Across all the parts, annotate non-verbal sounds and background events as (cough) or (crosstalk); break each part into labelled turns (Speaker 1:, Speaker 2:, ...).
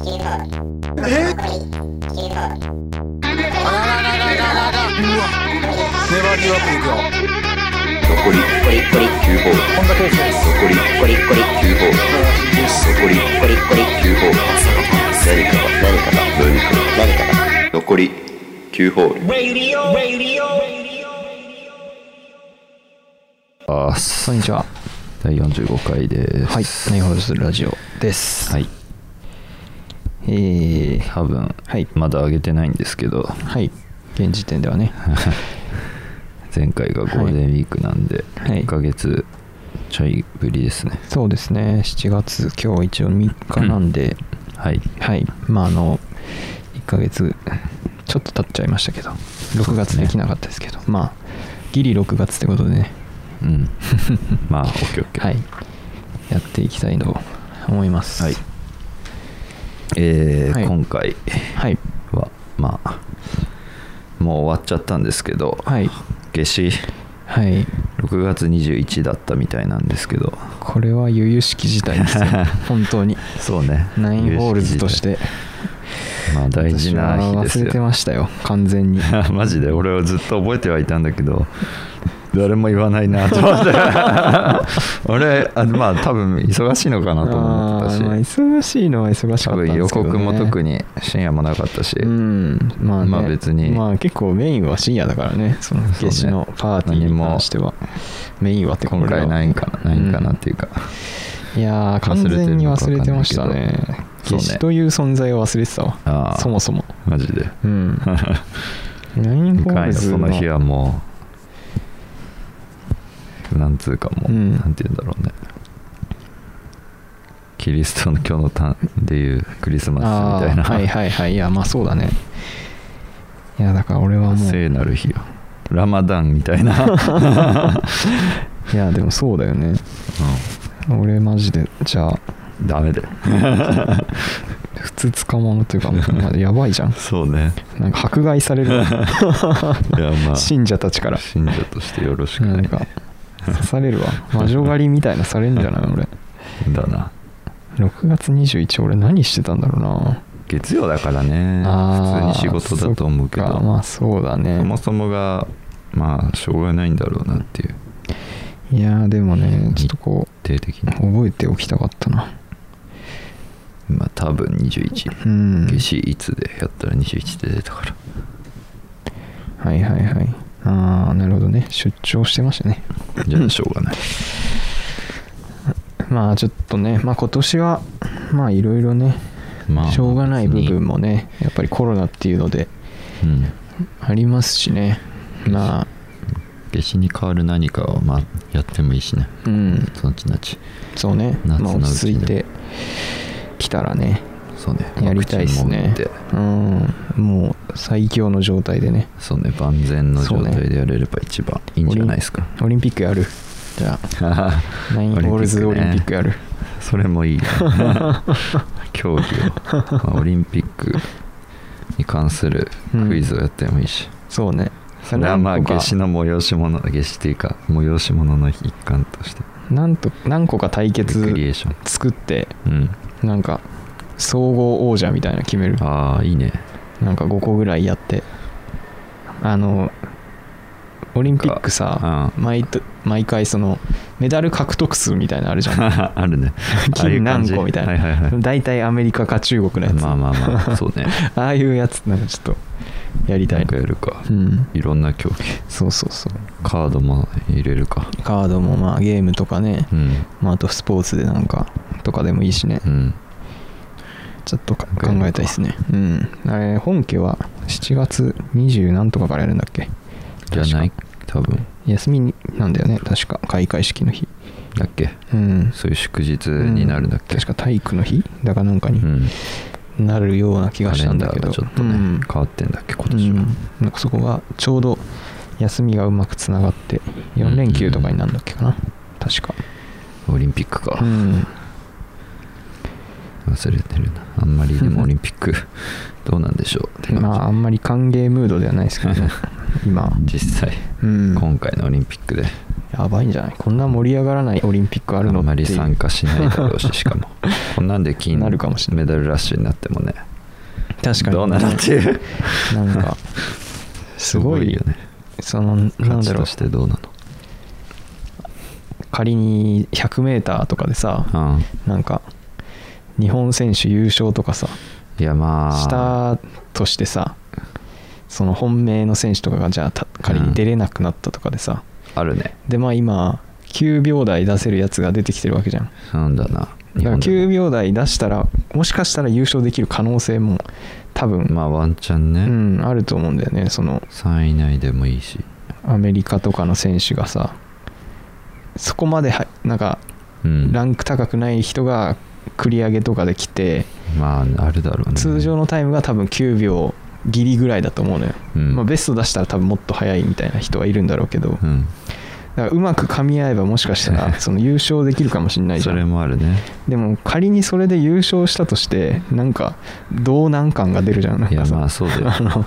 Speaker 1: えあらららららららうわ粘りよくいくよ
Speaker 2: 残り9ホール
Speaker 1: こんなペースです
Speaker 2: 残り9ホール残り9ホール何かが何かが何かが何かが残り9ホール
Speaker 3: あす
Speaker 4: こんにちは。
Speaker 3: 第45回です
Speaker 4: はい。ネイホールズラジオです。
Speaker 3: はい
Speaker 4: えー、
Speaker 3: 多分、
Speaker 4: はい
Speaker 3: まだ上げてないんですけど
Speaker 4: はい。現時点ではね。
Speaker 3: (laughs) 前回がゴールデンウィークなんで、
Speaker 4: はい
Speaker 3: 1ヶ月ちょいぶりですね
Speaker 4: そうですね。7月、今日一応3日なんで、
Speaker 3: はい
Speaker 4: はい。まあ、あの、1ヶ月、ちょっと経っちゃいましたけど、6月できなかったですけど、まあ、ギリ6月ってことでね、
Speaker 3: うん (laughs)
Speaker 4: (laughs)
Speaker 3: まあ OKOK、
Speaker 4: はい。やっていきたいと思います。
Speaker 3: はいえー
Speaker 4: はい
Speaker 3: 今回
Speaker 4: はい。
Speaker 3: はまあもう終わっちゃったんですけど、
Speaker 4: はい
Speaker 3: 夏至
Speaker 4: はい。
Speaker 3: 6月21だったみたいなんですけど
Speaker 4: これは由々しき事態です
Speaker 3: (laughs)
Speaker 4: よ。本当に。
Speaker 3: そうね
Speaker 4: ナインホールズとして。
Speaker 3: まあ大事な日ですよ
Speaker 4: 私は忘れてましたよ完全に
Speaker 3: マジで俺はずっと覚えてはいたんだけど誰も言わないなと思
Speaker 4: (laughs)
Speaker 3: って俺あまあ多分忙しいのかなと思ってたし
Speaker 4: あーまあ忙しいのは忙しか
Speaker 3: 多
Speaker 4: ったんですけど、
Speaker 3: 分予告
Speaker 4: ね、
Speaker 3: も特に深夜もなかったし、
Speaker 4: うんまあ、ね、
Speaker 3: まあ別に
Speaker 4: まあ結構メインは深夜だからねその
Speaker 3: そうね
Speaker 4: 夏至のパーティーに関しては、メインはって
Speaker 3: 今回ないんかなないんかなって
Speaker 4: い
Speaker 3: いうか、
Speaker 4: うん、いやー完全に忘れてましたね
Speaker 3: そう
Speaker 4: 夏
Speaker 3: ね
Speaker 4: 至という存在を忘れてたわ、
Speaker 3: あー
Speaker 4: そもそも
Speaker 3: マジで
Speaker 4: うんナインホ
Speaker 3: 今
Speaker 4: ー
Speaker 3: 回の
Speaker 4: ルズ
Speaker 3: そ
Speaker 4: の
Speaker 3: の日はもうなんつうかもう、
Speaker 4: うん
Speaker 3: なんて言うんだろうねキリストの今日の単でいうクリスマスみたいな
Speaker 4: あーはいはいはいいやまあそうだねいやだから俺はもう
Speaker 3: 聖なる日よラマダンみたい
Speaker 4: (laughs)
Speaker 3: な、うん、
Speaker 4: いやでもそうだよね俺マジでじゃあ
Speaker 3: ダ
Speaker 4: (laughs)
Speaker 3: メだよ
Speaker 4: 普通捕まる
Speaker 3: (laughs)
Speaker 4: というかまあやばいじゃん
Speaker 3: そうね
Speaker 4: なんか迫害さ
Speaker 3: (laughs)
Speaker 4: れる
Speaker 3: いやまあ
Speaker 4: 信者たちから
Speaker 3: 信者としてよろしくな
Speaker 4: ないん
Speaker 3: ね
Speaker 4: か刺されるわ魔女狩りみたいなされんじゃない俺
Speaker 3: だな
Speaker 4: 6月21俺何してたんだろうな
Speaker 3: 月曜だからね
Speaker 4: あー
Speaker 3: 普通に仕事だと思うけ
Speaker 4: そっ
Speaker 3: ど
Speaker 4: かまあそうだね
Speaker 3: そもそもがまあしょうがないんだろうなっていう
Speaker 4: いやでもねちょっとこう
Speaker 3: 定的に
Speaker 4: 覚えておきたかったな
Speaker 3: まあ多分21
Speaker 4: うん
Speaker 3: 夏至いつでやったら21で出たから
Speaker 4: はいはいはいああなるほどね出張してましたね
Speaker 3: じゃあしょう
Speaker 4: (laughs)
Speaker 3: がない
Speaker 4: まあちょっとね、まあ、今年はまあいろいろね、
Speaker 3: まあ
Speaker 4: しょうがない部分
Speaker 3: も
Speaker 4: もねやっぱりコロナっていうので
Speaker 3: うん
Speaker 4: ありますしねまあ
Speaker 3: 夏至に代わる何かをまあやってもいいしね
Speaker 4: うん
Speaker 3: そのうちなち
Speaker 4: そうね、
Speaker 3: 夏のうちね
Speaker 4: まあ、落ち着いてきたらね
Speaker 3: そうね
Speaker 4: やりたいです
Speaker 3: ワ
Speaker 4: ね
Speaker 3: クチンも打って
Speaker 4: うんもう最強の状態でね
Speaker 3: そうね万全の状態でやれれば一番いいんじゃないですか、
Speaker 4: オリンピックやるじゃあナインホールズオリンピックやる
Speaker 3: (laughs) それもいい
Speaker 4: (laughs)
Speaker 3: ね競技を、まあオリンピックに関するクイズをやってもいいし、
Speaker 4: そうね
Speaker 3: それはまあ
Speaker 4: 何個か
Speaker 3: 夏至の催し物夏至っていうか催し物の一環として
Speaker 4: なんと何個か対
Speaker 3: レクリエ
Speaker 4: 決
Speaker 3: ーション
Speaker 4: 作って
Speaker 3: うん
Speaker 4: なんか総合王者みたいなの決める
Speaker 3: ああいいね
Speaker 4: なんか5個ぐらいやってあのオリンピックさ
Speaker 3: あ
Speaker 4: 毎と毎回そのメダル獲得数みたいなのあるじゃ
Speaker 3: (laughs)
Speaker 4: ん
Speaker 3: あるねああいう感
Speaker 4: (laughs) 金何
Speaker 3: じ
Speaker 4: 個みたいな、
Speaker 3: はいはいはい
Speaker 4: 大体アメリカか中国の (laughs) やつ、
Speaker 3: まあまあまあそうね
Speaker 4: ああ (laughs) いうやつなんかちょっとやりた
Speaker 3: なん
Speaker 4: い
Speaker 3: か
Speaker 4: な
Speaker 3: やるか
Speaker 4: うん
Speaker 3: いろんな競技
Speaker 4: そうそうそう
Speaker 3: カードも入れるか
Speaker 4: カードもまあゲームとかね、
Speaker 3: うん
Speaker 4: まあ、あとスポーツでなんかとかでもいいしね、
Speaker 3: うん
Speaker 4: ちょっとか考えたいですねうんあれ本家は7月20何とかからやるんだっけ
Speaker 3: じゃない多分
Speaker 4: 休みなんだよね確か開会式の日
Speaker 3: だっけ
Speaker 4: うん
Speaker 3: そういう祝日になるんだっけ、
Speaker 4: 確か体育の日だかなんか
Speaker 3: う
Speaker 4: に
Speaker 3: ん、
Speaker 4: なるような気が
Speaker 3: カ
Speaker 4: し
Speaker 3: レ
Speaker 4: たん
Speaker 3: ン
Speaker 4: だ
Speaker 3: ダ
Speaker 4: け
Speaker 3: ー
Speaker 4: ど
Speaker 3: がちょっとね、
Speaker 4: うん
Speaker 3: 変わってんだっけ今年は、
Speaker 4: うん、なんかそこがちょうど休みがうまくつながって4連休とかになるんだっけかな、確か
Speaker 3: オリンピックか、
Speaker 4: うん
Speaker 3: 忘れてるなあんまりでもオリンピッ
Speaker 4: (laughs)
Speaker 3: クどうなんでしょうって感じ、
Speaker 4: まああんまり
Speaker 3: (laughs)
Speaker 4: 歓迎ムードではないですけどね今
Speaker 3: 実際、
Speaker 4: うん
Speaker 3: 今回のオリンピックで
Speaker 4: やばいんじゃないこんな盛り上がらないオリンピックあるの
Speaker 3: あんまり参加しないだろうししかも
Speaker 4: (laughs)
Speaker 3: こんなんで金
Speaker 4: なるかもしれな
Speaker 3: メダルラッシュになってもね
Speaker 4: 確かに
Speaker 3: どうなのっていう
Speaker 4: なん
Speaker 3: (laughs)
Speaker 4: か (laughs) すごい
Speaker 3: よね
Speaker 4: そのな
Speaker 3: 価
Speaker 4: ん
Speaker 3: 値
Speaker 4: だろ
Speaker 3: と
Speaker 4: う
Speaker 3: してどうな
Speaker 4: 仮に 100m とかでさ、
Speaker 3: のうん
Speaker 4: なんか日本選手優勝とかさ
Speaker 3: いやまあ
Speaker 4: したとしてさその本命の選手とかがじゃあた仮に出れなくなったとかでさ、
Speaker 3: あるね
Speaker 4: でまあ今9秒台出せるやつが出てきてるわけじゃん
Speaker 3: なんだな
Speaker 4: だから
Speaker 3: 日本で
Speaker 4: 9
Speaker 3: も
Speaker 4: 秒台出したらもしかしたら優勝できる可能性も多分、
Speaker 3: まあワンチャンね、
Speaker 4: うん、あると思うんだよねその
Speaker 3: 3位以内でもいいし
Speaker 4: アメリカとかの選手がさそこまではなんか
Speaker 3: うん
Speaker 4: ランク高くない人が繰り上げとかで来て、
Speaker 3: まああるだろうね
Speaker 4: 通常のタイムが多分9秒ギリぐらいだと思うのよ、
Speaker 3: うん
Speaker 4: まあ、ベスト出したら多分もっと速いみたいな人はいるんだろうけど、
Speaker 3: う
Speaker 4: だ
Speaker 3: ん
Speaker 4: からうまく噛み合えばもしかした
Speaker 3: (laughs)
Speaker 4: らその優勝できるかもしれないじ
Speaker 3: そ
Speaker 4: ゃ
Speaker 3: れ
Speaker 4: ん
Speaker 3: もあるね
Speaker 4: でも仮にそれで優勝したとしてなんか道難感が出るじゃんなん
Speaker 3: いや
Speaker 4: かさ
Speaker 3: まあそう
Speaker 4: (laughs)
Speaker 3: だよ
Speaker 4: あの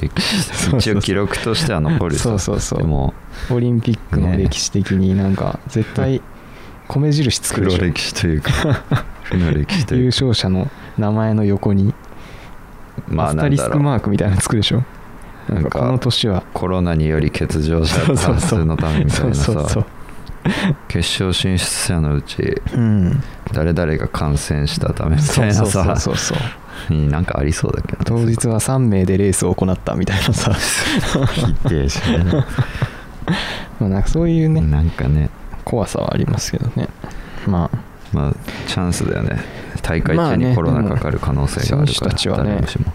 Speaker 3: 歴
Speaker 4: そう
Speaker 3: 史
Speaker 4: そ
Speaker 3: 一
Speaker 4: う
Speaker 3: 応記録としては残るよ
Speaker 4: そうそうそう
Speaker 3: でも
Speaker 4: オリンピックの歴史的になんか絶対米印つくで
Speaker 3: 黒
Speaker 4: しょ
Speaker 3: 歴史という
Speaker 4: (laughs)
Speaker 3: か負の歴史と
Speaker 4: 優
Speaker 3: いうか
Speaker 4: 勝者の名前の横に
Speaker 3: ま
Speaker 4: ア
Speaker 3: あ
Speaker 4: ス
Speaker 3: な
Speaker 4: タ
Speaker 3: ん
Speaker 4: リ
Speaker 3: だ
Speaker 4: ス
Speaker 3: ろ
Speaker 4: ク
Speaker 3: う
Speaker 4: マークみたいなのつくでしょな
Speaker 3: なんんか
Speaker 4: かこの年は
Speaker 3: コロナにより欠場者
Speaker 4: そうそう
Speaker 3: 多
Speaker 4: そう
Speaker 3: 数のためみたいな
Speaker 4: そうそうそ
Speaker 3: さ
Speaker 4: う
Speaker 3: 決勝進出者のうち
Speaker 4: うん
Speaker 3: 誰々が感染したためみたいな
Speaker 4: そうそう
Speaker 3: さ
Speaker 4: そうそう
Speaker 3: うんなんかありそうだけど
Speaker 4: 当
Speaker 3: ね
Speaker 4: 日は3名でレースを行ったみたいな
Speaker 3: (laughs)
Speaker 4: さ
Speaker 3: 否定しな
Speaker 4: まあなんかそういう
Speaker 3: い
Speaker 4: ね
Speaker 3: (laughs) なんかね
Speaker 4: 怖さはありますけどねまあ
Speaker 3: まあチャンスだよね大会
Speaker 4: まあ
Speaker 3: 中
Speaker 4: ね
Speaker 3: にコロナかかる可能性がある
Speaker 4: 選
Speaker 3: か
Speaker 4: 手
Speaker 3: ら
Speaker 4: たちはね
Speaker 3: 誰しも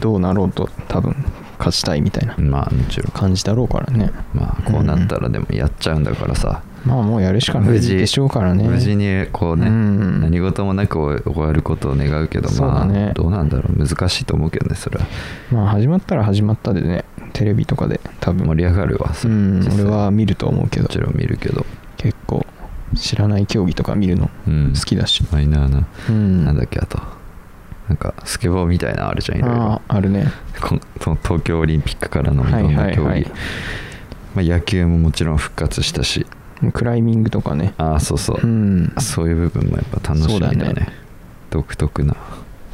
Speaker 4: どうなろうと多分勝ちたいみたいな
Speaker 3: まあもちろん
Speaker 4: 感じだろうからね
Speaker 3: まあこうなったらでもやっちゃうんだからさ
Speaker 4: まあもうやるしかないでしょうからね
Speaker 3: 無事にこうね、
Speaker 4: うん
Speaker 3: 何事もなく終わることを願うけど
Speaker 4: そう
Speaker 3: ま
Speaker 4: だ
Speaker 3: あ、
Speaker 4: ね
Speaker 3: どうなんだろう難しいと思うけどねそれは
Speaker 4: まあ始まったら始まったでねテレビとかで多分
Speaker 3: 盛り上がるわそれ
Speaker 4: うん
Speaker 3: 実際
Speaker 4: 俺は見ると思うけど
Speaker 3: もちろん見るけど、
Speaker 4: 結構知らない競技とか見るの
Speaker 3: うん、
Speaker 4: 好きだし、
Speaker 3: マイナーな、
Speaker 4: うん
Speaker 3: なんだっけあとなんかスケボーみたいなのあるじゃんいろいろ
Speaker 4: あああるね
Speaker 3: こんその東京オリンピックからのいろん
Speaker 4: は
Speaker 3: ない
Speaker 4: はい
Speaker 3: 競技、
Speaker 4: はい
Speaker 3: まあ、野球ももちろん復活したし
Speaker 4: クライミングとかね
Speaker 3: ああそうそう、
Speaker 4: うん
Speaker 3: そういう部分もやっぱ楽しみだね
Speaker 4: そうだね
Speaker 3: 独特な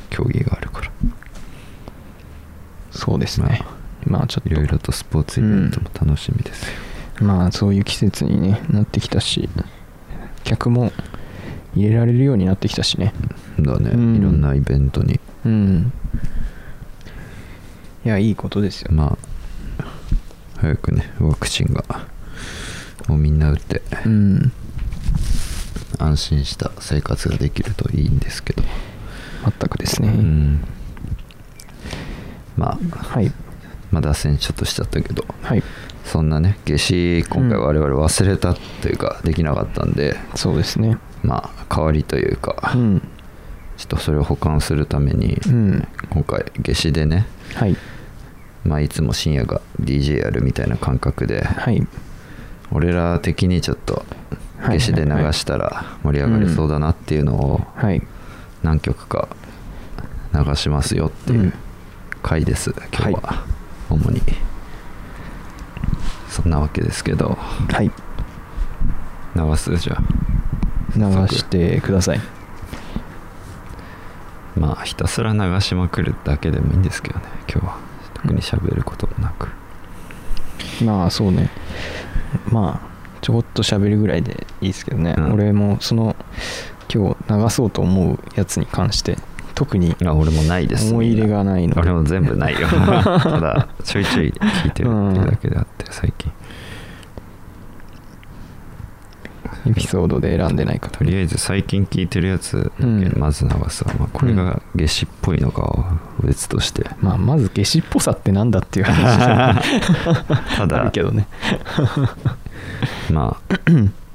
Speaker 3: 競技があるから
Speaker 4: そうですねまあちょっ
Speaker 3: いろいろとスポーツイベントも楽しみですよ、
Speaker 4: とまあそういう季節に、ね、なってきたし客も入れられるようになってきたしね
Speaker 3: だね、
Speaker 4: うん
Speaker 3: いろんなイベントに
Speaker 4: うんいやいいことですよ、
Speaker 3: まあ早くねワクチンがもうみんな打って
Speaker 4: うん
Speaker 3: 安心した生活ができるといいんですけど、
Speaker 4: 全くですね、
Speaker 3: うん、まあ
Speaker 4: はい
Speaker 3: まあ脱線ちょっとしちゃったけど
Speaker 4: はい
Speaker 3: そんなね夏至今回
Speaker 4: うん
Speaker 3: 我々忘れたというかできなかったんで、
Speaker 4: そうですね
Speaker 3: まあ代わりというか、
Speaker 4: うん
Speaker 3: ちょっとそれを補完するために、
Speaker 4: うん
Speaker 3: 今回夏至でね、
Speaker 4: はい
Speaker 3: まあ、いつも深夜が DJ やるみたいな感覚で、
Speaker 4: はい
Speaker 3: 俺ら的にちょっと
Speaker 4: はい
Speaker 3: 夏至で流したら盛り上がりそうだなっていうのを
Speaker 4: はい
Speaker 3: 何曲か流しますよって
Speaker 4: う
Speaker 3: い
Speaker 4: ん
Speaker 3: う回です、今日は主にそんなわけですけど
Speaker 4: はい
Speaker 3: 流すじゃあ
Speaker 4: 流してください
Speaker 3: まあひたすら流しまくるだけでもいいんですけどね今日は特に喋ることもなく、
Speaker 4: まあそうねまあちょこっと喋るぐらいでいいですけどね、
Speaker 3: うん
Speaker 4: 俺もその今日流そうと思うやつに関して特に
Speaker 3: あ俺もないです
Speaker 4: 思い入れがないので
Speaker 3: 俺も全部ない
Speaker 4: (laughs)
Speaker 3: よただちょいちょい聞いてるっていうだけであって最近
Speaker 4: エピソードで選んでないか
Speaker 3: とりあえず最近聞いてるやつだけ
Speaker 4: うん
Speaker 3: まず流すわ、まあ、これが夏至っぽいのかは別として、
Speaker 4: まあまず夏至っぽさってなんだっていう話
Speaker 3: ただ
Speaker 4: (laughs) あるけどね
Speaker 3: ま
Speaker 4: (clears throat)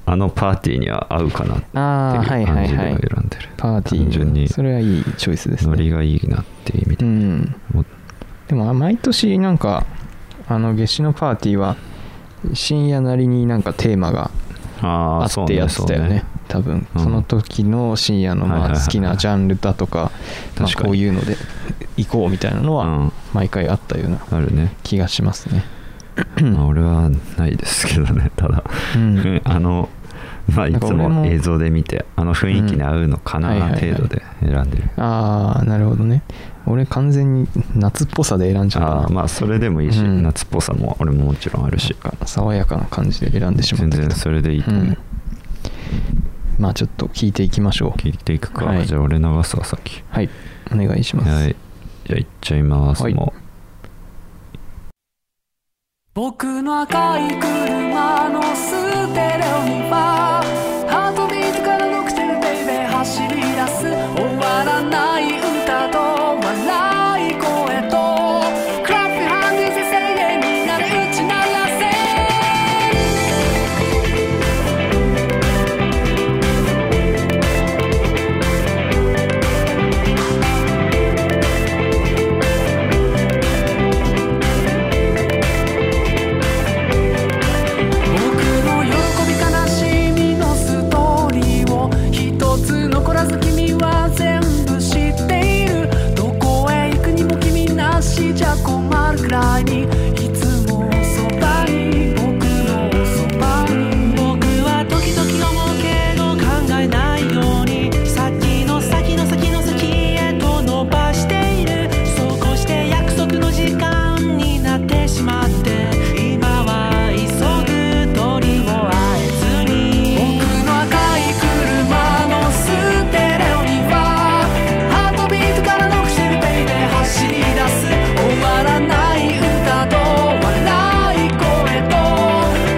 Speaker 3: ああのパーティーには合うかなっていう
Speaker 4: あーはいは
Speaker 3: 感
Speaker 4: いはい
Speaker 3: じで選んでる、
Speaker 4: パーティ
Speaker 3: 単純
Speaker 4: ー
Speaker 3: に
Speaker 4: それはいいチョイスです
Speaker 3: ノリ
Speaker 4: ね
Speaker 3: がいいなっていう意味
Speaker 4: う
Speaker 3: で、
Speaker 4: ん
Speaker 3: もう
Speaker 4: でも毎年なんかあの夏至のパーティーは深夜なりになんかテーマが
Speaker 3: あ
Speaker 4: あ
Speaker 3: あ
Speaker 4: ってやってたよね多分
Speaker 3: うん
Speaker 4: その時の深夜の
Speaker 3: はいはいはい
Speaker 4: まあ
Speaker 3: はい
Speaker 4: 好きなジャンルだとかまあ
Speaker 3: 確かに
Speaker 4: こういうので行こうみたいなの
Speaker 3: う
Speaker 4: は
Speaker 3: ん
Speaker 4: 毎回あったような
Speaker 3: あるね
Speaker 4: 気がしますね
Speaker 3: だ
Speaker 5: まあ俺はないですけどねただ、
Speaker 4: うん
Speaker 5: うん (laughs) あのまあい
Speaker 4: なんか
Speaker 5: つ
Speaker 4: 俺も
Speaker 5: も映像で見てあの雰囲気に合うのか
Speaker 4: うんはい
Speaker 5: な
Speaker 4: はいはい
Speaker 5: 程度で選んでる、
Speaker 4: ああなるほどね俺完全に夏っぽさで選んじゃったな
Speaker 5: ああまあそれでもいいし、
Speaker 4: うん
Speaker 5: 夏っぽさも俺ももちろんあるし
Speaker 4: なんか爽やかな感じで選んでしま
Speaker 5: 全
Speaker 4: ったけど
Speaker 5: 然それでいいと思う、
Speaker 4: うんまあちょっと聞いていきましょう
Speaker 5: 聞いていくか、
Speaker 4: はい
Speaker 5: じゃあ俺流すわさっき
Speaker 4: はいお願いします、
Speaker 5: はいじゃあいっちゃいます、
Speaker 4: はい
Speaker 5: も
Speaker 6: 僕の赤い車のステレオにはハートビートからのクテルベイベー走り出す終わらない歌と笑い声とクラップハンディーズ声援になれ打ち鳴らせ僕の喜び悲しみのストーリーを一つ残らず君は全部知っているどこへ行くにも君なしじゃ困るくらいにいつもそばに僕のそばに僕は時々思うけど考えないように先の先の先の先へと伸ばしているそうこうして約束の時間になってしまって今は急ぐ鳥を会えずに僕の赤い車のステレオにはハートビートからのクセルベイベー走り出す終わらない歌と笑い声と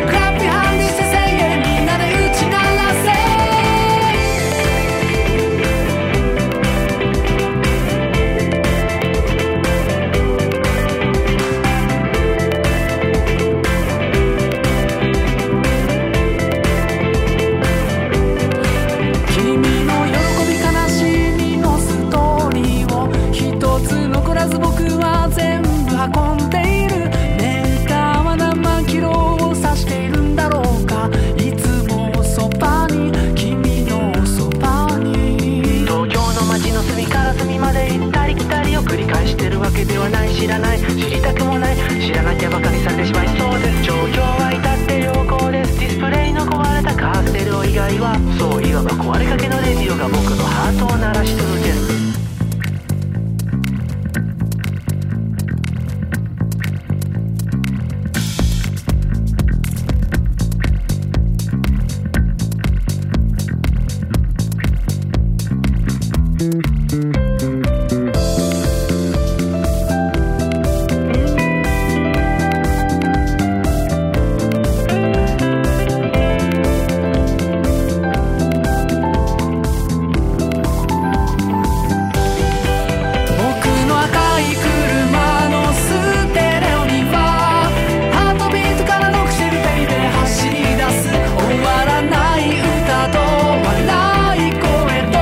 Speaker 6: クラッピーハンディして声援になれ打ち鳴らせ君の喜び悲しみのストーリーを一つ残らず僕は全部運んでいるメーカーは何万キロを指しているんだろうかいつもそばに君のそばに東京の街の隅から隅まで行ったり来たりを繰り返してるわけではない知らない知りたくもない知らなきゃバカにされてしまいそうです状況は至って良好ですディスプレイの壊れたカーテル以外はそういわば壊れかけのレディオが僕のハートを鳴らし続ける僕の赤い車のステレオにはハートビートからのクセルベイベー走り出す終わらない歌と笑い声と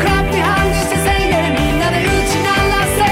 Speaker 6: クラッピーハンジして声援みんなで打ち鳴らせ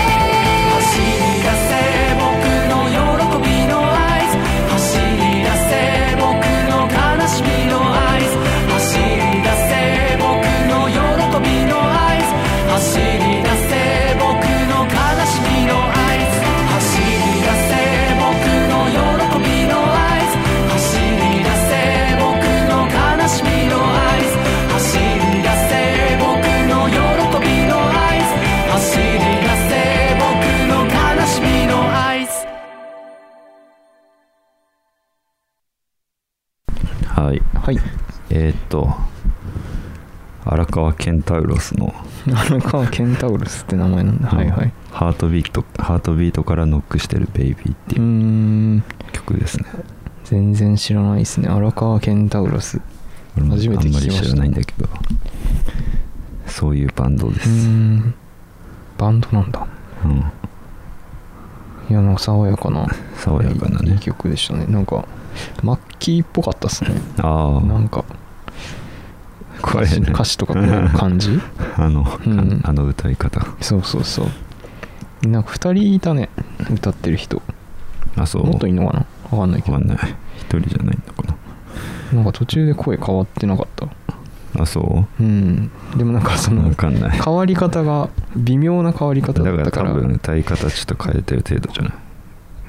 Speaker 6: 走り出せ僕の喜びの合図走り出せ僕の悲しみの合図走り出せ僕の喜びの合図走り出せ僕の悲しみの合図走り出せ僕の喜びの合図走り出せ僕の悲しみの合図走り出せ僕の喜びの合図走り出せ僕の悲しみの合図
Speaker 5: うはい
Speaker 4: はい
Speaker 5: えー、っと荒川ケンタウロスの
Speaker 4: 荒川ケンタウルスって名前なんだはいはい
Speaker 5: ハートビートハートビートからノックしてるベイビーってい
Speaker 4: うー
Speaker 5: うん曲ですね、
Speaker 4: 全然知らないですね荒川ケンタウロス
Speaker 5: 俺も
Speaker 4: 初めて聞きまし
Speaker 5: あ
Speaker 4: た
Speaker 5: んまり知らないんだけどそういうバンドで
Speaker 4: うー
Speaker 5: す、
Speaker 4: んバンドなんだ
Speaker 5: うん
Speaker 4: いやなんか爽やかな
Speaker 5: 爽やかないね
Speaker 4: い曲でしたねなんかマッキーっぽかったっすね
Speaker 5: あ
Speaker 4: なん
Speaker 5: あ
Speaker 4: か
Speaker 5: こ
Speaker 4: 歌
Speaker 5: れ
Speaker 4: 詞,、
Speaker 5: ね
Speaker 4: 歌詞とかこう感じ
Speaker 5: (laughs) あの、か
Speaker 4: うん
Speaker 5: あの歌い方
Speaker 4: そうそうそうなんか2人いたね歌ってる人
Speaker 5: あそう
Speaker 4: もっといいのかなわかんないけ
Speaker 5: わ
Speaker 4: ど
Speaker 5: かんない一人じゃないのか
Speaker 4: なんか途中で声変わってなかった
Speaker 5: なあそ
Speaker 4: うんでもなんかそうの
Speaker 5: わかんない
Speaker 4: 変わり方が微妙な変わり方
Speaker 5: だ
Speaker 4: だっ
Speaker 5: から
Speaker 4: たか
Speaker 5: 多
Speaker 4: ら
Speaker 5: 分歌い方ちょっと変えてる程度じゃない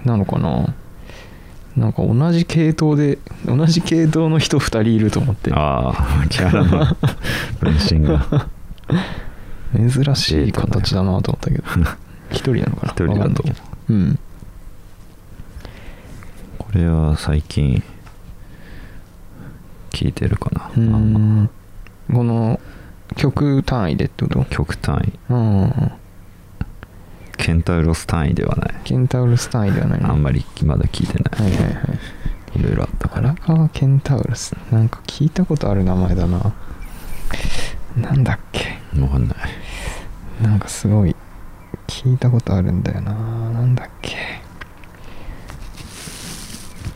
Speaker 4: なのかななんか同じ系統で同じ系統の人2人いると思って
Speaker 3: ああ木原の分身
Speaker 4: (laughs)
Speaker 3: が
Speaker 4: 珍しい形だなと思ったけど1人なのかな
Speaker 3: 一人なんだけど
Speaker 4: わかんないうん
Speaker 3: これは最近聞いてるかな
Speaker 4: う
Speaker 3: あんま
Speaker 4: んこの曲単位でってこと
Speaker 3: 極単
Speaker 4: うん
Speaker 3: 位ケンタウロス単位ではない
Speaker 4: ケンタウルス単位ではない
Speaker 3: あんまりまだ聞いてない、
Speaker 4: はいはいはい
Speaker 3: いろいろあったから
Speaker 4: 荒川ケンタウルスなんか聞いたことある名前だななんだっけ
Speaker 3: 分かんない
Speaker 4: なんかすごい聞いたことあるんだよななんだっけ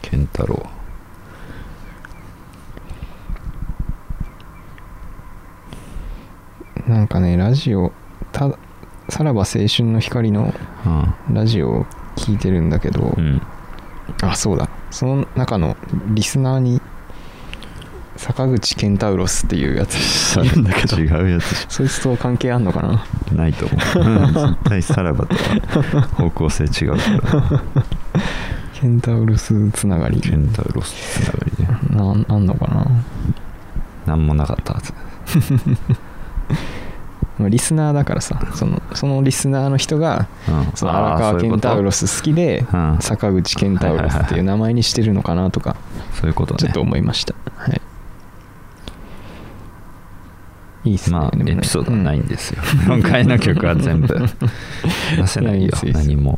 Speaker 3: ケンタロウ
Speaker 4: なんかねラジオたさらば青春の光のラジオを聞いてるんだけど、
Speaker 3: うん、うん、
Speaker 4: あそうだその中のリスナーに坂口ケンタウロスっていうやついるんだけど
Speaker 3: 違うやつじ
Speaker 4: そいつと関係あんのかな
Speaker 3: ゃないと思ううん絶対さらばとは方向性違うから
Speaker 4: ケンタウロスつながり
Speaker 3: ケンタウロスつながりで
Speaker 4: なんあんのかな
Speaker 3: 何もなかったはず
Speaker 4: まあリスナーだからさそのそのリスナーの人が
Speaker 3: うん
Speaker 4: その
Speaker 3: あー
Speaker 4: 荒川
Speaker 3: そうい
Speaker 4: ケ
Speaker 3: うこ
Speaker 4: ン
Speaker 3: と
Speaker 4: タウロス好きで
Speaker 3: うん
Speaker 4: 坂口ケンタウロスっていう名前にしてるのかなとか
Speaker 3: そういうことね
Speaker 4: ちょっと思いました、はいいいっすね
Speaker 3: ま
Speaker 4: でも
Speaker 3: あ
Speaker 4: ね
Speaker 3: エピソードはないんですよ、今回の曲は全部出せない
Speaker 4: いやいい
Speaker 3: よ
Speaker 4: ですいいです
Speaker 3: 何も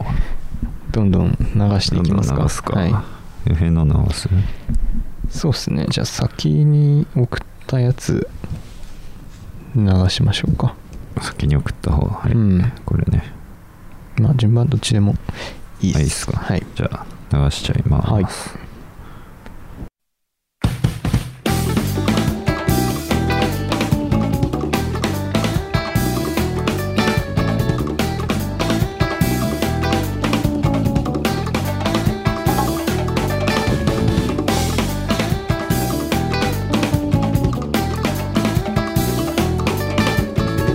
Speaker 4: うんどんどん流していきますか
Speaker 3: どんどん流すか、
Speaker 4: はい、
Speaker 3: 上の流す
Speaker 4: そうっすねじゃあ先に送ったやつ流しましょうか
Speaker 3: 先に送った方はい、
Speaker 4: うん
Speaker 3: これね
Speaker 4: まあ順番どっちでもいいっす
Speaker 3: あいいっすか
Speaker 4: はい
Speaker 3: じゃあ流しちゃいます、
Speaker 4: はい
Speaker 6: 「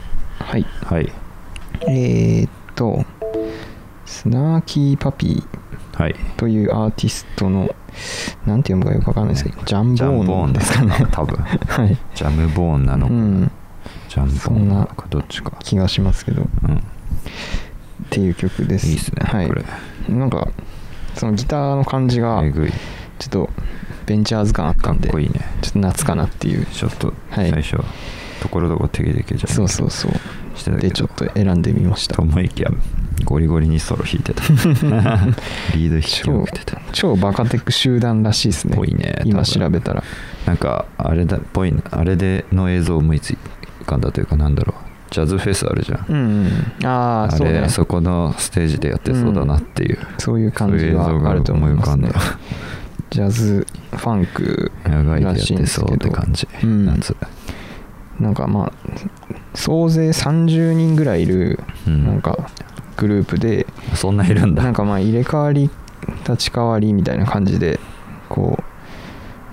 Speaker 4: はい
Speaker 3: はい
Speaker 4: えーっとスナーキーパピー
Speaker 3: はい
Speaker 4: というアーティストのなんて読むかよくわかんないですけどジャン
Speaker 3: ジャ
Speaker 4: ボ
Speaker 3: ンボ
Speaker 4: ー
Speaker 3: ー
Speaker 4: ン
Speaker 3: ン
Speaker 4: で
Speaker 3: ですす
Speaker 4: か
Speaker 3: か
Speaker 4: ね
Speaker 3: ね多分
Speaker 4: はい、
Speaker 3: ジャムボーンなの
Speaker 4: う
Speaker 3: か、
Speaker 4: ん、
Speaker 3: ジャンボーンなのかどっちか
Speaker 4: 気がしますけどっ
Speaker 3: うん
Speaker 4: ていう曲です
Speaker 3: いいっすね
Speaker 4: はい
Speaker 3: これ
Speaker 4: なんかそのギターの感じが
Speaker 3: えぐい
Speaker 4: ちょっとベンチャーズ感あったん
Speaker 3: か
Speaker 4: で
Speaker 3: っこいいね
Speaker 4: ちょっと夏かなっていう
Speaker 3: ちょっと
Speaker 4: はい
Speaker 3: 最初、ところどころテキテキじゃん
Speaker 4: そうそうそう
Speaker 3: してたけど
Speaker 4: でちょっと選んでみました
Speaker 3: と思いきやゴリゴリにソロ弾い
Speaker 4: (laughs)
Speaker 3: てたリード弾き
Speaker 4: 超
Speaker 3: まくってた
Speaker 4: 超バカテク集団らしいですね
Speaker 3: ぽいね
Speaker 4: 今
Speaker 3: 多分
Speaker 4: 調べたら
Speaker 3: なんかあれだっぽいなあれでの映像を思いついたんだというかなんだろうジャズフェスあるじゃん、
Speaker 4: うん、うん、ああ
Speaker 3: あ
Speaker 4: そう
Speaker 3: れ
Speaker 4: ね
Speaker 3: そこのステージでやってそうだなっていう、
Speaker 4: そういう
Speaker 3: そう
Speaker 4: 感
Speaker 3: いう
Speaker 4: じ
Speaker 3: 映像
Speaker 4: が
Speaker 3: が
Speaker 4: あると思
Speaker 3: 思
Speaker 4: い
Speaker 3: い浮
Speaker 4: ま
Speaker 3: か
Speaker 4: す
Speaker 3: んだ
Speaker 4: ねジャズファンク
Speaker 3: やばいでやっ
Speaker 4: らしいんで
Speaker 3: て
Speaker 4: す
Speaker 3: そう
Speaker 4: け
Speaker 3: って
Speaker 4: ど
Speaker 3: 感じ、
Speaker 4: うん
Speaker 3: 夏
Speaker 4: なんかまあ総勢30人ぐらいいる
Speaker 3: うん
Speaker 4: なんかグループで、
Speaker 3: そんないるんだ
Speaker 4: なんかまあ入れ替わり立ち替わりみたいな感じでこ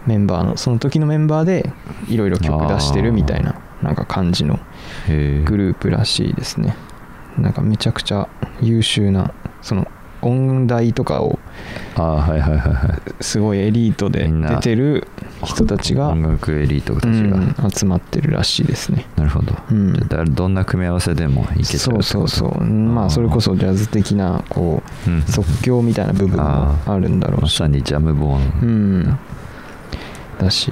Speaker 4: うメンバーのその時のメンバーでいろいろ曲出してるみたいななんか感じの
Speaker 3: へえ
Speaker 4: グループらしいですねなんかめちゃくちゃ優秀なその音大とかを
Speaker 3: ああはいはいはいはい
Speaker 4: すごいエリートで
Speaker 3: みんな
Speaker 4: 出てる人たちが、
Speaker 3: 音楽エリートたち
Speaker 4: う
Speaker 3: が、
Speaker 4: ん、集まってるらしいですね
Speaker 3: なるほど、
Speaker 4: うん
Speaker 3: じゃあだどんな組み合わせでもいけちゃう
Speaker 4: そうそうそうまあそれこそジャズ的なこう、
Speaker 3: うん
Speaker 4: 即興みたいな部分もあるんだろう
Speaker 3: ま
Speaker 4: し
Speaker 3: さにジャムボー
Speaker 4: う
Speaker 3: ン、
Speaker 4: んだし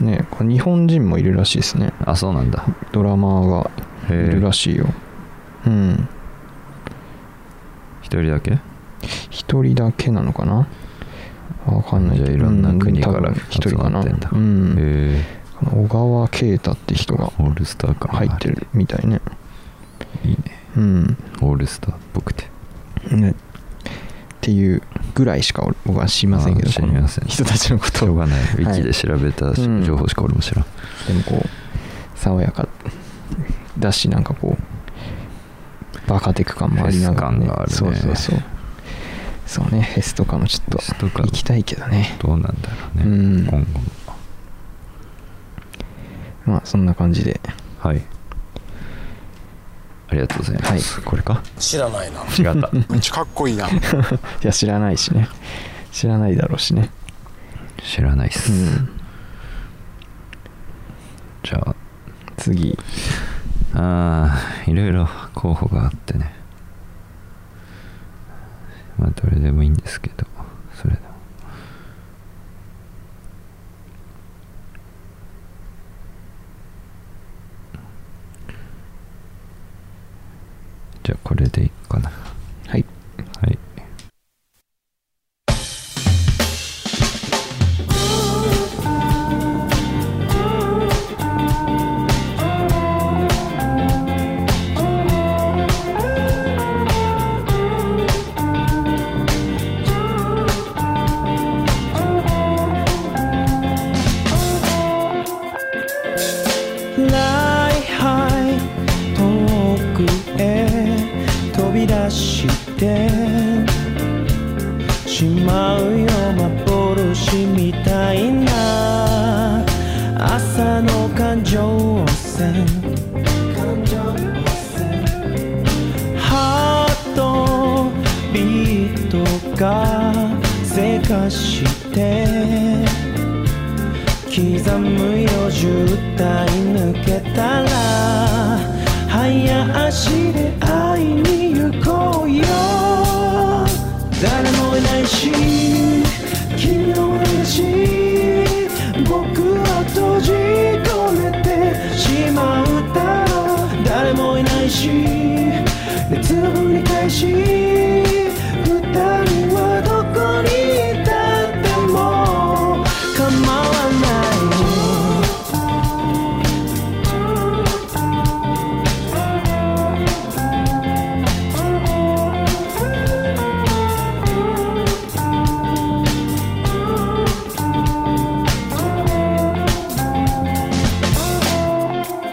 Speaker 4: ねこう日本人もいるらしいですね
Speaker 3: あそうなんだ
Speaker 4: ドラマーがい
Speaker 3: へえ
Speaker 4: るらしいようん
Speaker 3: 一人だけ
Speaker 4: 一人だけなのかなわかんないけど
Speaker 3: じゃあいろんな国から
Speaker 4: うん多分一人かな
Speaker 3: 集まってんだ
Speaker 4: うん
Speaker 3: へ
Speaker 4: この小川啓太って人が
Speaker 3: オールスターか
Speaker 4: 入ってるみたいね
Speaker 3: いいね
Speaker 4: うん
Speaker 3: オールスターっぽくて
Speaker 4: ねっていうぐらいしか俺僕は知りませんけど
Speaker 3: あー知りません
Speaker 4: この人たちのこと
Speaker 3: しょうがないウィキで
Speaker 4: はい
Speaker 3: 調べたし
Speaker 4: うん
Speaker 3: 情報しか俺も知らん、
Speaker 4: でもこう爽やかだしなんかこうバカテク感もありながら、ね、
Speaker 3: フェス感があるね
Speaker 4: そうそうそうそうねフェスとかもちょっ
Speaker 3: フ
Speaker 4: と
Speaker 3: ェスとか
Speaker 4: 行きたいけどね
Speaker 3: どうなんだろうね、
Speaker 4: うん
Speaker 3: 今後も
Speaker 4: まあそんな感じで
Speaker 3: はいありがとうございます、これか
Speaker 1: 知らないな
Speaker 3: 違
Speaker 4: (laughs)
Speaker 3: った
Speaker 1: めっちゃかっこいいな
Speaker 4: いや知らないしね知らないだろうしね
Speaker 3: 知らないっす、
Speaker 4: うん
Speaker 3: じゃあ
Speaker 4: 次
Speaker 3: ああいろいろ候補があってねまあどれでもいいんですけどそれでもじゃあこれでいいかな
Speaker 4: はい
Speaker 3: はい
Speaker 6: 「ライハイ遠くへ飛び出して」「しまうよ幻みたいな朝の感情線」ハートビートがせかして刻むよ渋滞抜けたら早足で会いに行こうよ誰もいないし君の話僕は閉じ込めてしまうだろう誰もいないし熱をぶり返し二人はどこにいたっても構わない「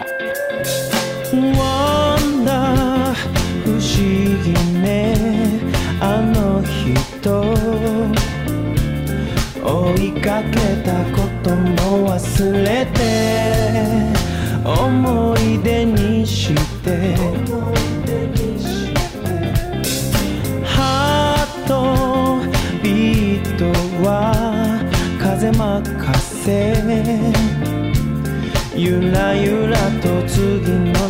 Speaker 6: ワンダー不思議ねあの人」「追いかけたことも忘れて」「思い出にして」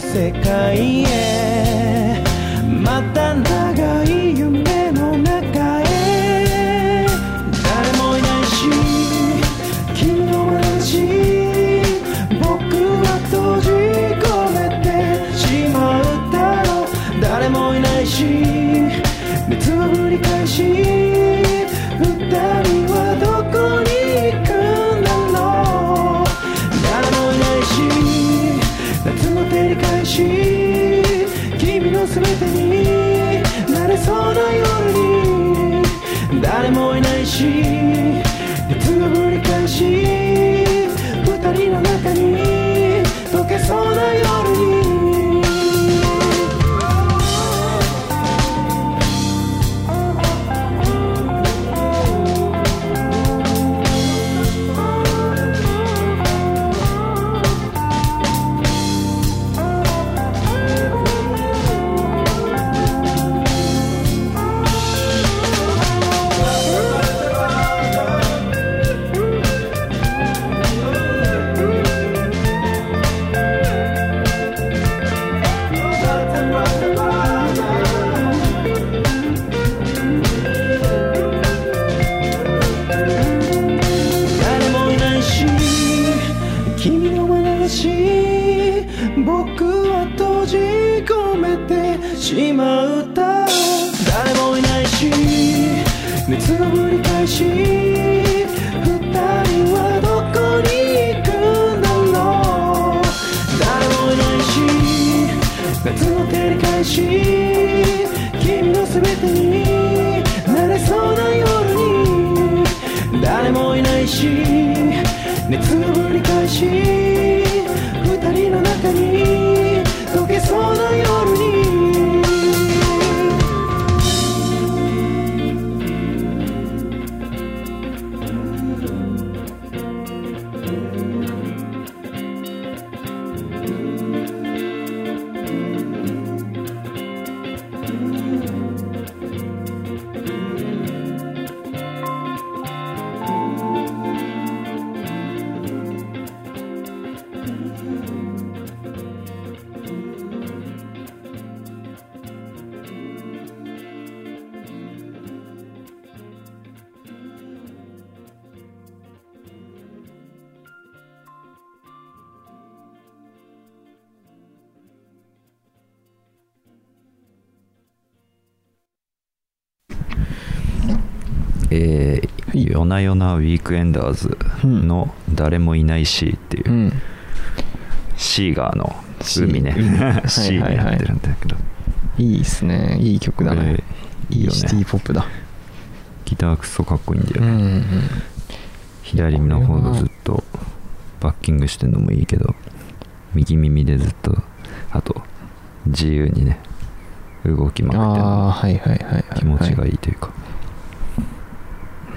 Speaker 4: 世界へまた長い夢の中へ誰もいないし君の街僕は閉じ込めてしまうだろう誰もいないし熱をぶり返し二人はどこに行くんだろう誰もいないし夏の照り返し君の全てになれそうな夜に誰もいないし熱がぶり返し二人の中に溶けそうな夜に誰もいないし君の眼差し僕は閉じ込めてしまうだろう誰もいないし熱のぶり返し二人はどこに行くんだろう誰もいないし夏の照り返し君の全てになれそうな夜に誰もいないし熱をぶり返し二人の中に溶けそうな夜に
Speaker 3: えー夜な夜なウィークエンダーズの「誰もいない C」っていう、
Speaker 7: うん
Speaker 3: シーガーの
Speaker 7: C
Speaker 3: 海ね (laughs)
Speaker 7: 海
Speaker 3: C に
Speaker 7: はいはいはい
Speaker 3: なってるんだけど、
Speaker 7: いいですねいい曲だな、
Speaker 3: えー
Speaker 7: い
Speaker 3: いい
Speaker 7: い
Speaker 3: よね
Speaker 7: シティポップだ、
Speaker 3: ギタークソかっこいいんだよ
Speaker 7: う
Speaker 3: ね、
Speaker 7: ん
Speaker 3: 左耳の方がずっとバッキングしてるのもいいけど右耳でずっとあと自由にね動きま
Speaker 7: あ
Speaker 3: くってるの
Speaker 7: あ
Speaker 3: も
Speaker 7: はいはいはいはい、はい、
Speaker 3: 気持ちがいいというか、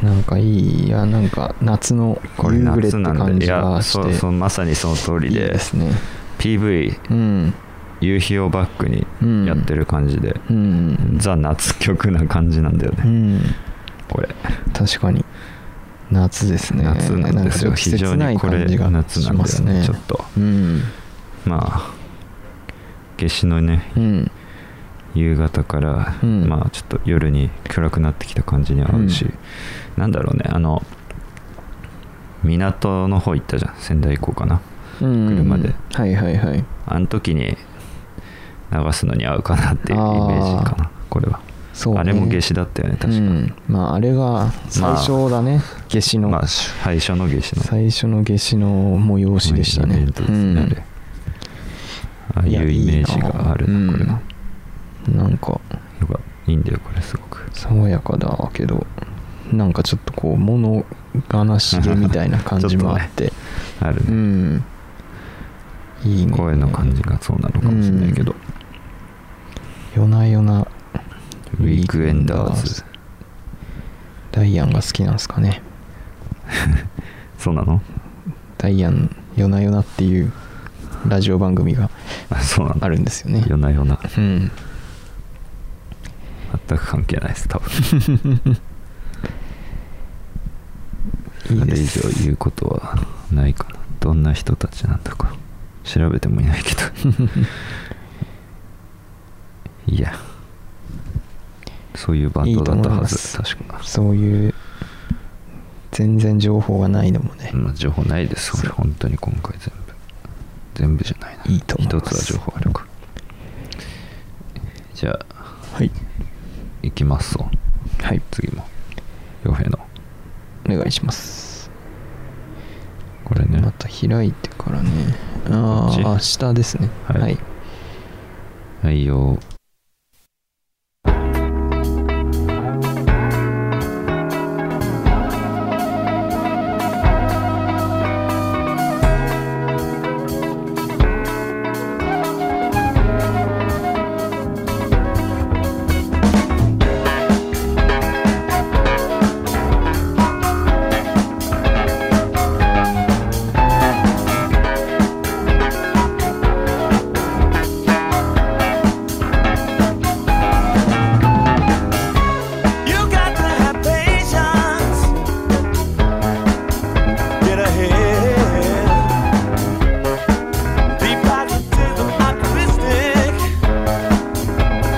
Speaker 7: なんかいいいやなんか夏の
Speaker 3: これ
Speaker 7: 夕暮れって
Speaker 3: 夏なん
Speaker 7: 感
Speaker 3: でい
Speaker 7: じ
Speaker 3: や
Speaker 7: がし
Speaker 3: そう
Speaker 7: て
Speaker 3: そうまさにその通
Speaker 7: い
Speaker 3: り
Speaker 7: い
Speaker 3: で
Speaker 7: ですね
Speaker 3: PV
Speaker 7: うん
Speaker 3: 夕日をバックに
Speaker 7: うん
Speaker 3: やってる感じで、
Speaker 7: うん
Speaker 3: ザ夏曲な感じなんだよね、
Speaker 7: うん
Speaker 3: これ
Speaker 7: 確かに夏ですね
Speaker 3: 夏なんですよ、
Speaker 7: かち
Speaker 3: 非
Speaker 7: ょっと切
Speaker 3: 常
Speaker 7: ない
Speaker 3: にこれ
Speaker 7: 感じ
Speaker 3: 夏
Speaker 7: が
Speaker 3: なんだ
Speaker 7: し
Speaker 3: よ
Speaker 7: ます
Speaker 3: ね
Speaker 7: ね
Speaker 3: ちょっと
Speaker 7: うん
Speaker 3: まあ夏至のね
Speaker 7: うん
Speaker 3: 夕方から、
Speaker 7: うん
Speaker 3: まあちょっと夜に暗くなってきた感じに合うし、
Speaker 7: う
Speaker 3: なんだろうねあの港の方行ったじゃん仙台行こうかな
Speaker 7: うん
Speaker 3: 車で
Speaker 7: はいはいはい
Speaker 3: あの時に流すのに合うかなっていうイメージかなこれは
Speaker 7: そうね
Speaker 3: あれも夏至だったよね確か、
Speaker 7: うんまああれが最初だね夏至の
Speaker 3: まあ最初の夏至の
Speaker 7: 最初の夏至の催しでした
Speaker 3: イベ
Speaker 7: ね
Speaker 3: ントで
Speaker 7: う
Speaker 3: すねあ
Speaker 7: ん
Speaker 3: れああい
Speaker 7: や
Speaker 3: うイメージがある
Speaker 7: いいな
Speaker 3: なこれはよ
Speaker 7: なんか
Speaker 3: かいいんだよこれすごく
Speaker 7: 爽やかだけどなんかちょっとこう物悲しげみたいな感じもあ
Speaker 3: (laughs)
Speaker 7: って
Speaker 3: ある
Speaker 7: う
Speaker 3: ね
Speaker 7: んいいね
Speaker 3: 声の感じがそうなのかもしれないけど
Speaker 7: 夜な夜な
Speaker 3: ウィークエンダーズ
Speaker 7: ダイアンが好きなんですかね
Speaker 3: そうなの (laughs)
Speaker 7: ダイアン夜な夜なっていうラジオ番組が
Speaker 3: あそうなの
Speaker 7: あるんですよね
Speaker 3: 夜な夜な
Speaker 7: うん
Speaker 3: 全く関係ないです多分
Speaker 7: いい
Speaker 3: あれ
Speaker 7: で
Speaker 3: 以
Speaker 7: す
Speaker 3: 上言うことはないかなどんな人たちなんだか調べてもいない
Speaker 4: (laughs)
Speaker 3: けどいやそういうバンドだったはい
Speaker 4: いと思いま
Speaker 3: ず
Speaker 4: す
Speaker 3: 確か
Speaker 4: そういう全然情報がないのもね、
Speaker 3: まあ情報ないです俺本当に今回全部全部じゃないない
Speaker 4: いと思い
Speaker 3: 一
Speaker 4: ま
Speaker 3: つ
Speaker 4: す
Speaker 3: は情報あるかじゃあ
Speaker 4: はい
Speaker 3: 行きますぞ
Speaker 4: はい
Speaker 3: 次も洋平の
Speaker 4: お願いします
Speaker 3: これね
Speaker 4: また開いてからねあー
Speaker 3: こっ
Speaker 4: あ下ですね
Speaker 3: はい
Speaker 4: はい、
Speaker 3: はいよ
Speaker 6: You got to have patience. Get ahead. Be positive and optimistic.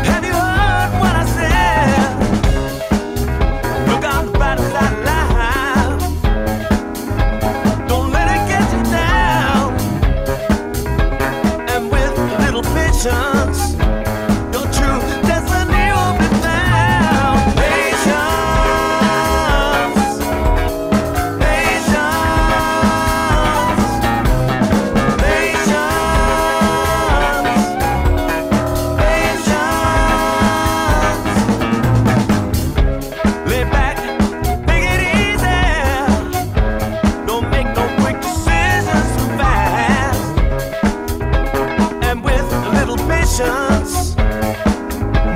Speaker 6: Have you heard what I said? Look on the bright side of life. Don't let it get you down. And with a little patience. Your true destiny will be found. Patience, patience, patience, patience. Lay back, take it easy. Don't make no quick decisions so fast. And with a little patience.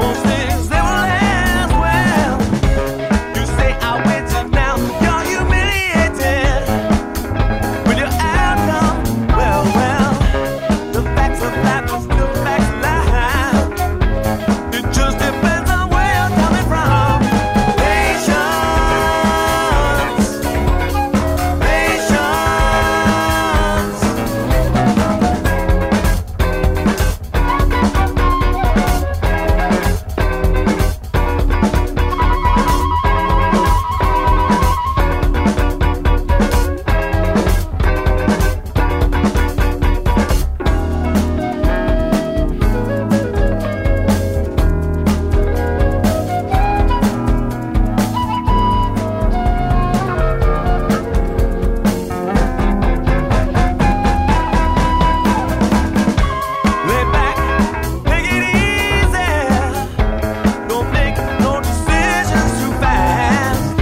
Speaker 6: Most things they will end well. You say I waited now, you're humiliated. When you're out now, well, well, the facts of life are still facts alive. It just depends on where you're coming from. Patience, patience. Lay back, take it easy. Don't make no decisions too fast.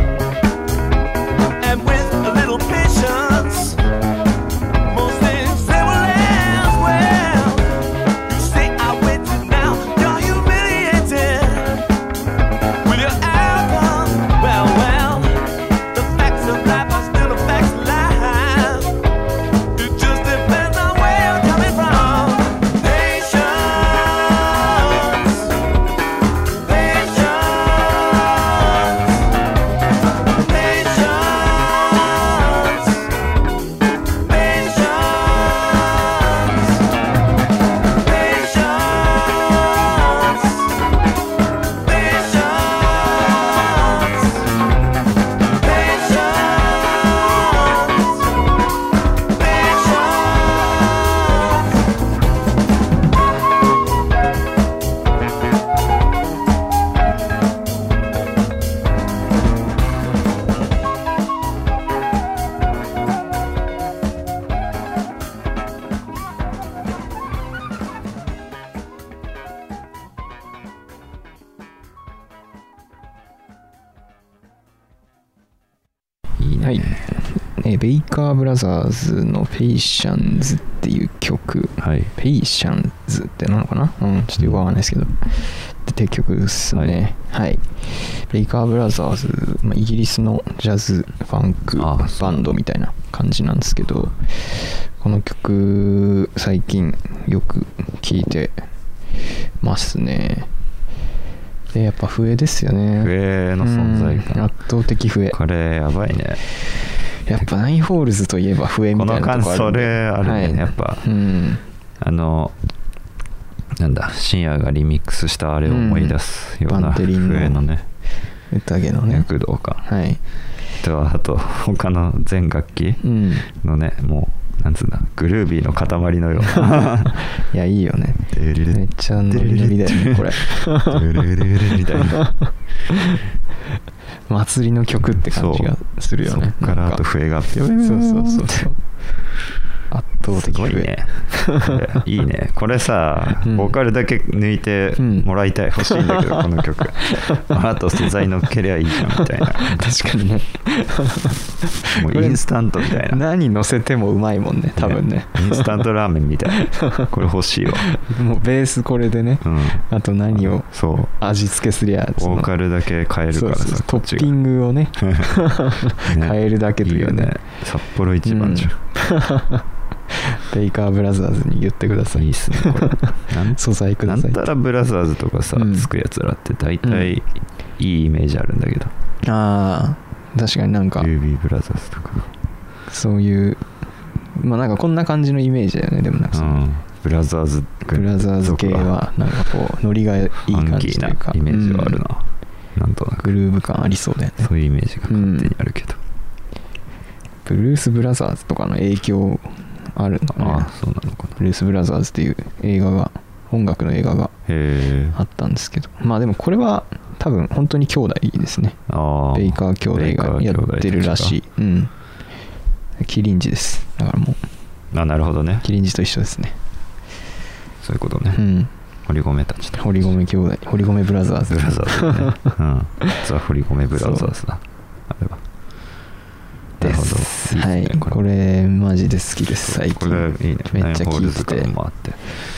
Speaker 6: And with a little patience, most things they will last well. You say I waited now, you're humiliated. With your outcome, well, well, the facts of life are still the facts of life. It just depends on where you're coming from. Patience, patience, patience, patience, patience, patience. Patience.
Speaker 3: ういいね、
Speaker 4: はいえーベイカーブラザーズの「ペイシャンズ」っていう曲
Speaker 3: はい
Speaker 4: 「ペイシャンズ」ってなのかなうんちょっとよくわかんないですけどって曲ですねはい、ベイカーブラザーズ、まあ、イギリスのジャズファンク
Speaker 3: ああそう
Speaker 4: バンドみたいな感じなんですけどこの曲最近よく聴いてますねでやっぱ笛ですよね
Speaker 3: 笛の存在
Speaker 4: うん
Speaker 3: 感
Speaker 4: 圧倒的笛
Speaker 3: これやばいね
Speaker 4: やっぱナインホールズといえば笛
Speaker 3: こ
Speaker 4: み
Speaker 3: の
Speaker 4: たいな
Speaker 3: 感
Speaker 4: とこある
Speaker 3: そ
Speaker 4: んで
Speaker 3: れあるね、
Speaker 4: はい
Speaker 3: やっぱ
Speaker 4: うん
Speaker 3: あのなんだ深夜がリミックスしたあれを思い出すよう
Speaker 4: うん
Speaker 3: な
Speaker 4: バンテリンの
Speaker 3: 笛のね
Speaker 4: 宴のね
Speaker 3: 躍動感
Speaker 4: はい
Speaker 3: とはあと他の全楽器
Speaker 4: うん
Speaker 3: のねもうなんつうんだグルービーの塊のような
Speaker 4: (laughs) いやいいよね
Speaker 3: デレレ
Speaker 4: めっちゃノリノリだよねこれ
Speaker 3: デレレレレみたいな
Speaker 4: 祭りの曲って感じがするよね
Speaker 3: そっから
Speaker 4: なん
Speaker 3: あと笛があって
Speaker 4: そうそうそうそう圧倒
Speaker 3: す
Speaker 4: 的
Speaker 3: ごい
Speaker 4: 笛
Speaker 3: ね
Speaker 4: (laughs)
Speaker 3: いいねこれさ、
Speaker 4: うん
Speaker 3: ボーカルだけ抜いてもらいたい、欲しいんだけ
Speaker 4: (laughs)
Speaker 3: どこの曲あなた素材乗っけりゃいいじゃんみたいな
Speaker 4: (laughs) 確かにね
Speaker 3: もうインスタントみたいな
Speaker 4: 何乗せてもうまいもんね多分ね
Speaker 3: インスタントラーメンみたいなこれ欲しいわ
Speaker 4: もうベースこれでね
Speaker 3: うん
Speaker 4: あと何を
Speaker 3: そう
Speaker 4: 味付けすりゃその
Speaker 3: ボーカルだけ変えるから
Speaker 4: そうそう
Speaker 3: さ
Speaker 4: そうト
Speaker 3: こっち
Speaker 4: ッ
Speaker 3: が (laughs)
Speaker 4: ピングをね変えるだけと
Speaker 3: いい
Speaker 4: い
Speaker 3: よ
Speaker 4: うね
Speaker 3: ね札幌一番じゃん、
Speaker 4: ベイカーブラザーズに言ってくださ
Speaker 3: いい
Speaker 4: い
Speaker 3: っすねこれなん
Speaker 4: 素材く
Speaker 3: な
Speaker 4: だ
Speaker 3: ん
Speaker 4: さい
Speaker 3: たらブラザーズとかさ、
Speaker 4: うん
Speaker 3: つくやつらって大体いいイメージあるんだけど、
Speaker 4: ああ確かになんか
Speaker 3: ユービーブラザーズとか、
Speaker 4: そういうまあなんかこんな感じのイメージだよねでもなんか
Speaker 3: う
Speaker 4: その
Speaker 3: ん、ブラザーズ
Speaker 4: ブラザーズ系はなんかこうノリがいい
Speaker 3: いい
Speaker 4: 感
Speaker 3: 感
Speaker 4: じ
Speaker 3: じ
Speaker 4: と
Speaker 3: な
Speaker 4: いうか
Speaker 3: イメージはある
Speaker 4: うん
Speaker 3: な、なんとなく
Speaker 4: グルーヴ感ありそうだよね
Speaker 3: そういうイメージが勝手にあるけど、
Speaker 4: ブルース・ブラザーズとかの影響あるのか
Speaker 3: ああ
Speaker 4: な
Speaker 3: そうなのかな
Speaker 4: ブルース・ブラザーズっていう映画が音楽の映画が
Speaker 3: へえ
Speaker 4: あったんですけどまあでもこれは多分本当に兄弟ですね
Speaker 3: ああ
Speaker 4: ベイカー兄弟がやってるらしいうんキリンジですだからもう
Speaker 3: あなるほどね
Speaker 4: キリンジと一緒ですね
Speaker 3: そういうことね、
Speaker 4: うん
Speaker 3: 堀米たちだ
Speaker 4: 堀米兄弟堀米ブラザーズ
Speaker 3: ブラザーズね、うん、ザ・堀米ブラザーズだあれはな
Speaker 4: で
Speaker 3: るほど
Speaker 4: す
Speaker 3: いいっす
Speaker 4: は
Speaker 3: ね
Speaker 4: い
Speaker 3: これ
Speaker 4: これマジで好きです最
Speaker 3: こ
Speaker 4: 近
Speaker 3: れいいね
Speaker 4: めっちゃ
Speaker 3: ナインホー
Speaker 4: 聴
Speaker 3: ル
Speaker 4: い
Speaker 3: ズ
Speaker 4: て
Speaker 3: 感
Speaker 4: て
Speaker 3: もあって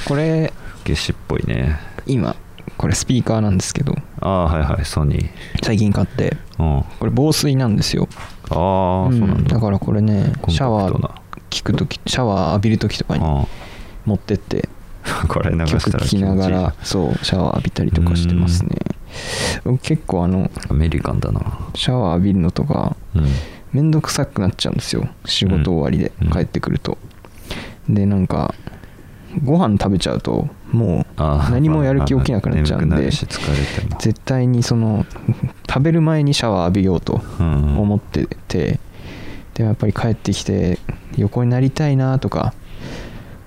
Speaker 4: これ
Speaker 3: 夏至っぽいね
Speaker 4: 今これスピーカーなんですけど
Speaker 3: ああはいはいソニー
Speaker 4: 最近買って
Speaker 3: うんあ
Speaker 4: これ防水なんですよ
Speaker 3: あー、そうなんだ
Speaker 4: だからこれね
Speaker 3: コンパクトな
Speaker 4: シャワー聞く時シャワー浴びる時とかに
Speaker 3: うん
Speaker 4: 持ってって
Speaker 3: (laughs) これ流した
Speaker 4: 曲聴
Speaker 3: ら
Speaker 4: き
Speaker 3: 気持ちいい
Speaker 4: な
Speaker 3: な
Speaker 4: がらそうシャワー浴びたりとかしてますね僕結構あの
Speaker 3: アメリカンだな
Speaker 4: シャワー浴びるのとか
Speaker 3: うん
Speaker 4: めんどくさくなっちゃうんですよ仕事終わりで
Speaker 3: うん
Speaker 4: 帰ってくると、でなんかご飯食べちゃうともう
Speaker 3: あー
Speaker 4: 何もやる気起きなくなっちゃうん
Speaker 3: まあまあ眠くな
Speaker 4: で
Speaker 3: るし疲れても
Speaker 4: 絶対にその食べる前にシャワー浴びようと
Speaker 3: うんうん
Speaker 4: 思っててでもやっぱり帰ってきて横になりたいなとか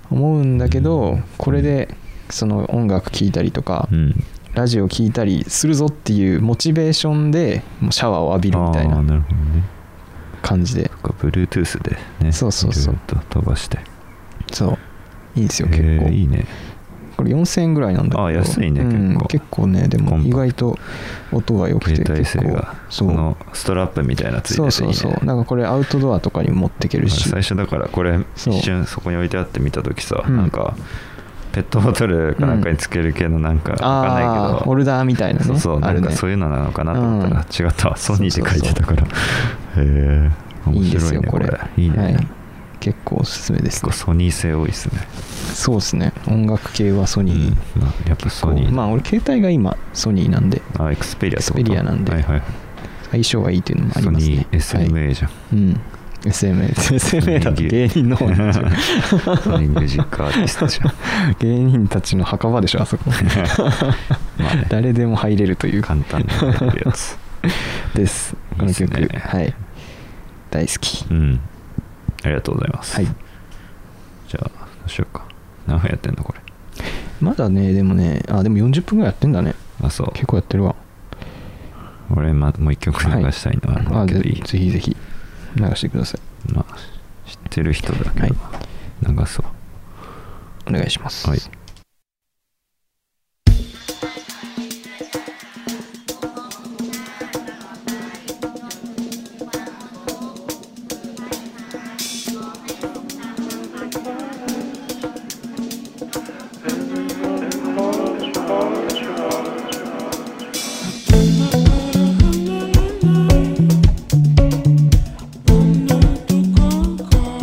Speaker 4: 思うんだけどこれでその音楽聴いたりとか
Speaker 3: うん
Speaker 4: ラジオ聴いたりするぞっていうモチベーションでもうシャワーを浴びるみたい
Speaker 3: あー
Speaker 4: な
Speaker 3: なるほどね
Speaker 4: 感じで
Speaker 3: そっか Bluetooth でね
Speaker 4: そうそうそう
Speaker 3: いろいろと飛ばして
Speaker 4: そういいんですよ
Speaker 3: へ
Speaker 4: 結
Speaker 3: ー
Speaker 4: 構
Speaker 3: いいね
Speaker 4: これ4000円ぐらいなんだけど
Speaker 3: あ安いね
Speaker 4: うん
Speaker 3: 結構
Speaker 4: 結構ねで
Speaker 3: コ
Speaker 4: も
Speaker 3: ンパ
Speaker 4: 意
Speaker 3: クト
Speaker 4: 外と音が良くて
Speaker 3: 携帯
Speaker 4: 結
Speaker 3: 性
Speaker 4: 構
Speaker 3: が
Speaker 4: そう
Speaker 3: このストラップみたいなついてていい
Speaker 4: そ
Speaker 3: ね
Speaker 4: うそうそうなんかこれアウトドアとかにも持ってけるし
Speaker 3: 最初だからこれ
Speaker 4: そう
Speaker 3: 一瞬そこに置いてあって見た時さ、
Speaker 4: うん
Speaker 3: なんかペットボトルかなんかにつける系のなんかわかんないけ
Speaker 4: あ
Speaker 3: ど
Speaker 4: あ、ホルダーみたいなね
Speaker 3: そうそう、
Speaker 4: あ
Speaker 3: な
Speaker 4: る
Speaker 3: んか
Speaker 4: ね
Speaker 3: そういうのなのかなと思ったら、違った
Speaker 4: (laughs)
Speaker 3: わソニーって書いてたから (laughs) へえ
Speaker 4: いいん
Speaker 3: 面
Speaker 4: で
Speaker 3: 白
Speaker 4: す
Speaker 3: い
Speaker 4: よ
Speaker 3: ね
Speaker 4: こ
Speaker 3: こ
Speaker 4: れ
Speaker 3: れいいね、
Speaker 4: はい、結構おすすめです
Speaker 3: 結
Speaker 4: ね
Speaker 3: 構ソニー性多いですね、
Speaker 4: そうですね音楽系はソニー、
Speaker 3: うんまあ、やっぱソニー、
Speaker 4: まあ俺携帯が今ソニーなんで
Speaker 3: あ、エクスペリアってこと
Speaker 4: エクスペリアなんで
Speaker 3: はいはい、
Speaker 4: 相性がいいというのもあり
Speaker 3: ソ
Speaker 4: ます
Speaker 3: ニー
Speaker 4: ね
Speaker 3: SMA じゃん、
Speaker 4: はい、うん SMA SMA だと芸人の方になっちゃう
Speaker 3: ソニーミュージックアーティストじ
Speaker 4: (laughs)
Speaker 3: ゃん
Speaker 4: 芸人たちの墓場でしょあ
Speaker 3: (laughs)
Speaker 4: そこ
Speaker 3: まあね
Speaker 4: 誰でも入れるという
Speaker 3: 簡単なやつやつ
Speaker 4: ですこの曲
Speaker 3: いいっすね
Speaker 4: はい大好き
Speaker 3: うんありがとうございます、
Speaker 4: はい
Speaker 3: じゃあどうしようか何分やってんのこれ
Speaker 4: まだねでもねあでも40分ぐらいやってんだね
Speaker 3: あそう
Speaker 4: 結構やってるわ
Speaker 3: 俺、ま、もう一曲流したいのはあるん
Speaker 4: あ
Speaker 3: だけ
Speaker 4: ぜ
Speaker 3: どいい、
Speaker 4: ぜひぜひ流してください
Speaker 3: まあ、知ってる人だけど、
Speaker 4: はい
Speaker 3: 流そう
Speaker 4: お願いします、
Speaker 3: はい
Speaker 6: どこかへ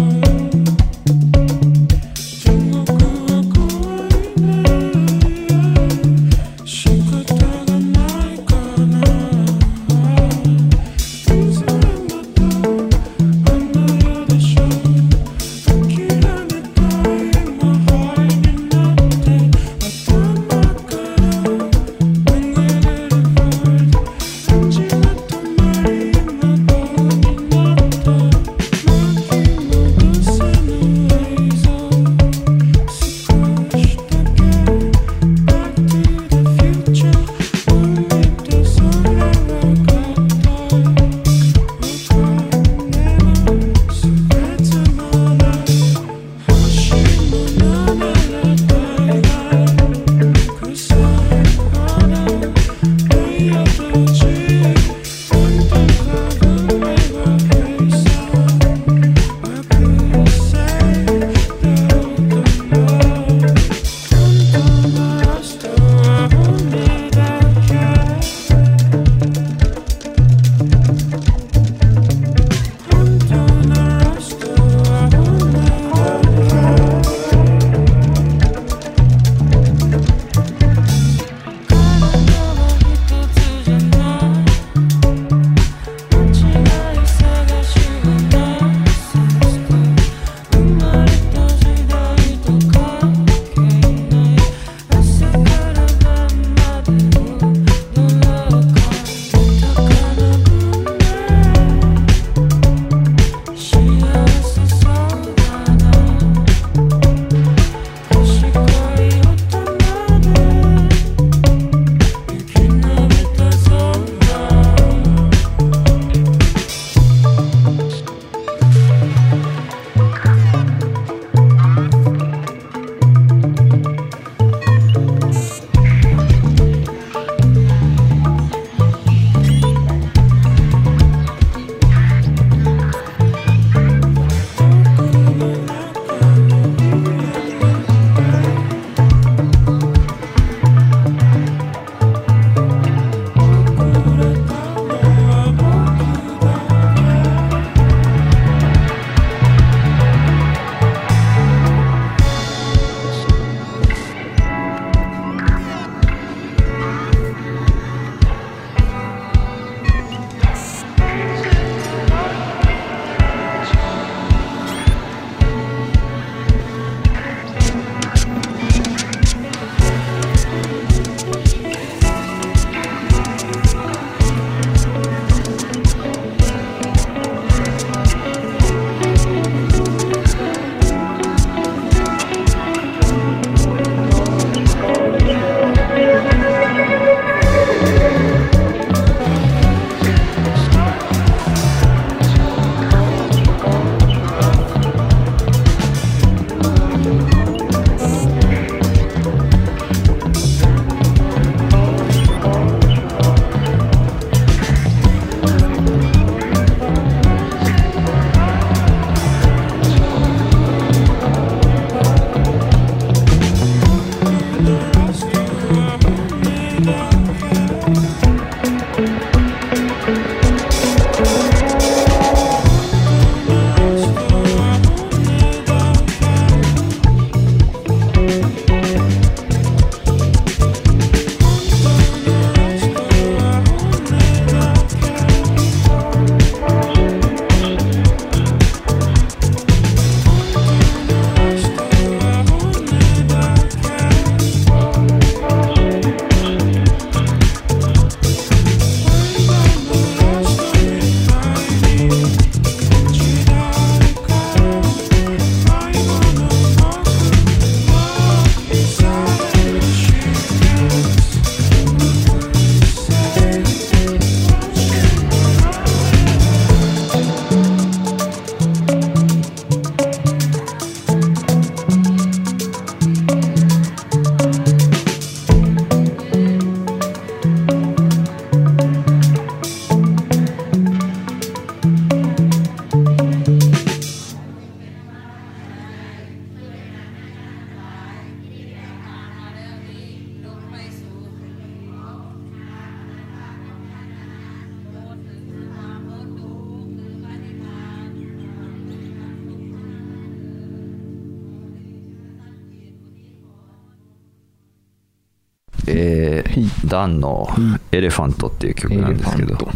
Speaker 3: え
Speaker 4: はい
Speaker 3: ー、ダンの「エレファント」っていう曲なんですけど
Speaker 4: エレファン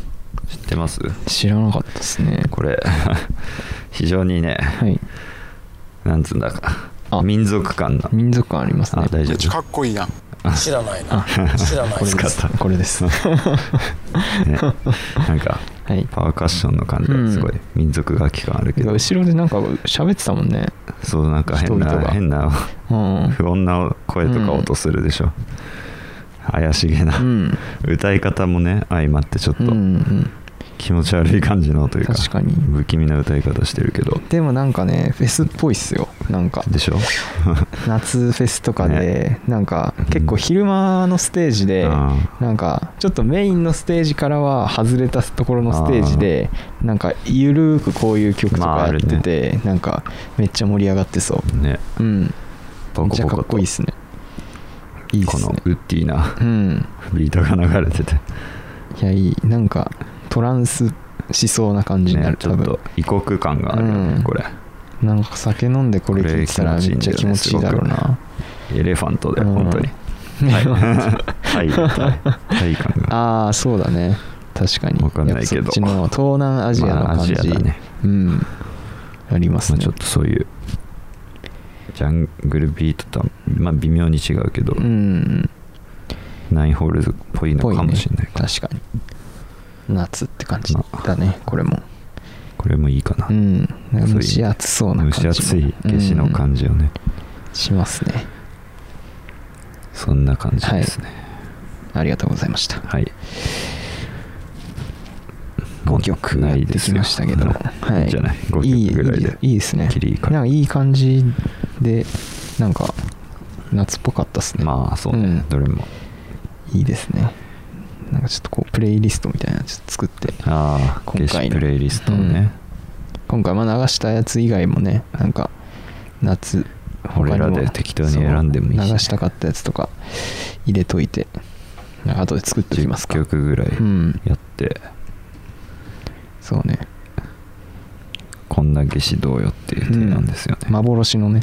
Speaker 3: 知ってます
Speaker 4: 知らなかったですね
Speaker 3: これ (laughs) 非常にね
Speaker 4: はい
Speaker 3: なんつうんだか
Speaker 4: あ
Speaker 3: 民族感な
Speaker 4: 民族感ありますね
Speaker 3: あ大
Speaker 1: め
Speaker 3: 丈
Speaker 1: っちゃか
Speaker 3: 夫
Speaker 1: っこいいやん知らないな
Speaker 3: (laughs)
Speaker 1: 知らない
Speaker 4: これ
Speaker 3: 使
Speaker 4: で
Speaker 3: っ
Speaker 4: す
Speaker 3: た
Speaker 4: これで
Speaker 3: (laughs)
Speaker 4: す
Speaker 3: ね、なんか
Speaker 4: はい
Speaker 3: パーカッションの感じ
Speaker 4: う
Speaker 3: が
Speaker 4: ん
Speaker 3: すごい民族楽器感あるけど、
Speaker 4: 後ろでなんか喋ってたもんね
Speaker 3: そうなんか変
Speaker 4: 人
Speaker 3: な
Speaker 4: 々が
Speaker 3: 変な
Speaker 4: うん
Speaker 3: 不穏な声とか音するでしょ、怪しげな、
Speaker 4: うん
Speaker 3: 歌い方もね相まってちょっと
Speaker 4: うんうん
Speaker 3: 気持ち悪い感じのというか,、
Speaker 4: 確かに
Speaker 3: 不気味な歌い方してるけど
Speaker 4: でもなんかねフェスっぽいっすよなんか
Speaker 3: でし
Speaker 4: (laughs)
Speaker 3: ょ
Speaker 4: 夏フェスとかで、
Speaker 3: ね
Speaker 4: なんか結構昼間のステージで、
Speaker 3: あ
Speaker 4: なんかちょっとメインのステージからは外れたところのステージでなんかゆるーくこういう曲と
Speaker 3: まあ
Speaker 4: か
Speaker 3: あ
Speaker 4: やっ
Speaker 3: るね
Speaker 4: てて、なんかめっちゃ盛り上がってそ
Speaker 3: ね
Speaker 4: ううん
Speaker 3: ボコボコと
Speaker 4: めっちゃかっこいいっすねいいっ
Speaker 3: こ
Speaker 4: す
Speaker 3: の
Speaker 4: ね
Speaker 3: ウッディな
Speaker 4: うん
Speaker 3: ビートが流れてて、
Speaker 4: いやいいなんかトランスしそうな感じになる、
Speaker 3: ね、ち
Speaker 4: 多
Speaker 3: ょっ
Speaker 4: 分
Speaker 3: と異国感があるよね、
Speaker 4: うん
Speaker 3: これ
Speaker 4: なんか酒飲んでこれ聴いてたらめっちゃ気持ちいいだろうな、
Speaker 3: エレファントで
Speaker 4: うん
Speaker 3: 本当に、はいはいはい感が
Speaker 4: (laughs) ああそうだね確かに
Speaker 3: わかんないけど
Speaker 4: やっぱそっちの東南 (laughs) アジアの
Speaker 3: まあ
Speaker 4: 感
Speaker 3: アジ
Speaker 4: じ、
Speaker 3: アだね
Speaker 4: うんあります
Speaker 3: まあ、
Speaker 4: ね
Speaker 3: ちょっとそういうジャングルビートとは、まあ、微妙に違うけど、
Speaker 4: うん
Speaker 3: ナインホールズっぽいの
Speaker 4: ぽい
Speaker 3: か
Speaker 4: ね
Speaker 3: もしれないから
Speaker 4: 確かに夏って感じ
Speaker 3: ま
Speaker 4: だねこれも
Speaker 3: これもいいかな、
Speaker 4: うんなん
Speaker 3: そういう
Speaker 4: か蒸し暑そうな感
Speaker 3: 蒸し
Speaker 4: じ
Speaker 3: 暑い夏至の感
Speaker 4: じ、
Speaker 3: じをね、
Speaker 4: うんしますね
Speaker 3: そんな感じですね
Speaker 4: ありがとうございました
Speaker 3: はい、
Speaker 4: 5曲やってきましたけど、
Speaker 3: はい、いいんじゃない5
Speaker 4: いい
Speaker 3: 曲ぐらいで
Speaker 4: いいですね
Speaker 3: きりいいか
Speaker 4: なんかいい感じでなんか夏っぽかったですね
Speaker 3: まあそうね、
Speaker 4: うん
Speaker 3: どれも
Speaker 4: いいですねなんかちょっとこうプレイリストみたいなのちょっと作って
Speaker 3: ああ
Speaker 4: 今
Speaker 3: 景
Speaker 4: 回
Speaker 3: 色
Speaker 4: の
Speaker 3: プレイリストをね、
Speaker 4: 今回まあ流したやつ以外もねなんか夏他にも
Speaker 3: 俺らで適当に選んでもいいしね
Speaker 4: そう流したかったやつとか入れといてなんか後で作っておきます
Speaker 3: 10
Speaker 4: か
Speaker 3: 曲ぐらい
Speaker 4: うん
Speaker 3: やって、
Speaker 4: そうね
Speaker 3: こんな夏至どうよっていう提案ですよね、
Speaker 4: 幻のね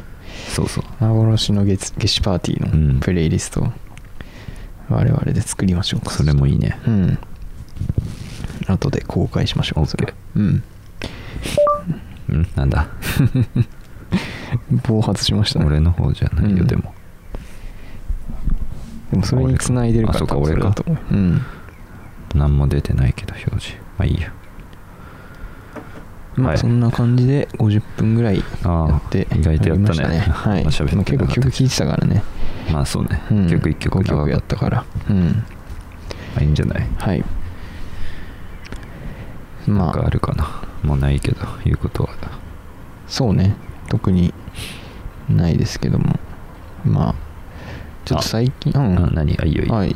Speaker 3: そうそう
Speaker 4: 幻の月夏至パーティー
Speaker 3: うん
Speaker 4: のプレイリストを我々で作りましょうか
Speaker 3: それもいいね
Speaker 4: うん後で公開しましょうそれはうん
Speaker 3: うんなんだ
Speaker 4: 暴発しましたね
Speaker 3: 俺の方じゃないよ、
Speaker 4: うん
Speaker 3: でも
Speaker 4: でもそれに繋いでるから
Speaker 3: あそうか
Speaker 4: 多分
Speaker 3: 俺か
Speaker 4: れだと思ううん
Speaker 3: 何も出てないけど表示まあいいや
Speaker 4: まあ
Speaker 3: はい
Speaker 4: そんな感じで50分ぐらいやって
Speaker 3: あー意外とやったね
Speaker 4: りましはい、
Speaker 3: まあ喋ってなかった
Speaker 4: 結構曲聴いてたからね、
Speaker 3: まあそうね、
Speaker 4: うん、
Speaker 3: 曲一曲
Speaker 4: 5曲やったからうん
Speaker 3: まあいいんじゃない
Speaker 4: はい
Speaker 3: なん
Speaker 4: ま
Speaker 3: かあ
Speaker 4: あ
Speaker 3: るかなもうないけどいうことは
Speaker 4: そうね特にないですけどもまあちょっと最近う
Speaker 3: あ
Speaker 4: ん
Speaker 3: 何あいいよいいよ、
Speaker 4: はい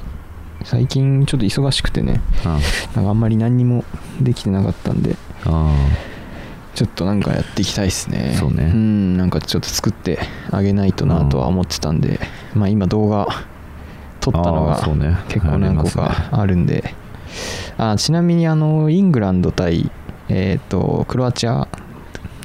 Speaker 4: 最近ちょっと忙しくてね
Speaker 3: あ
Speaker 4: なんかあんまり何にもできてなかったんで
Speaker 3: あ
Speaker 4: ちょっとなんかやっていきたいですね
Speaker 3: そうね
Speaker 4: んなんかちょっと作ってあげないとなとは思ってたんで、まあ今動画撮ったの
Speaker 3: あ
Speaker 4: が
Speaker 3: ーそうね
Speaker 4: 結構何
Speaker 3: あ
Speaker 4: 個
Speaker 3: りますね
Speaker 4: かあるんであちなみにあのイングランド対えっ、とクロアチア
Speaker 3: は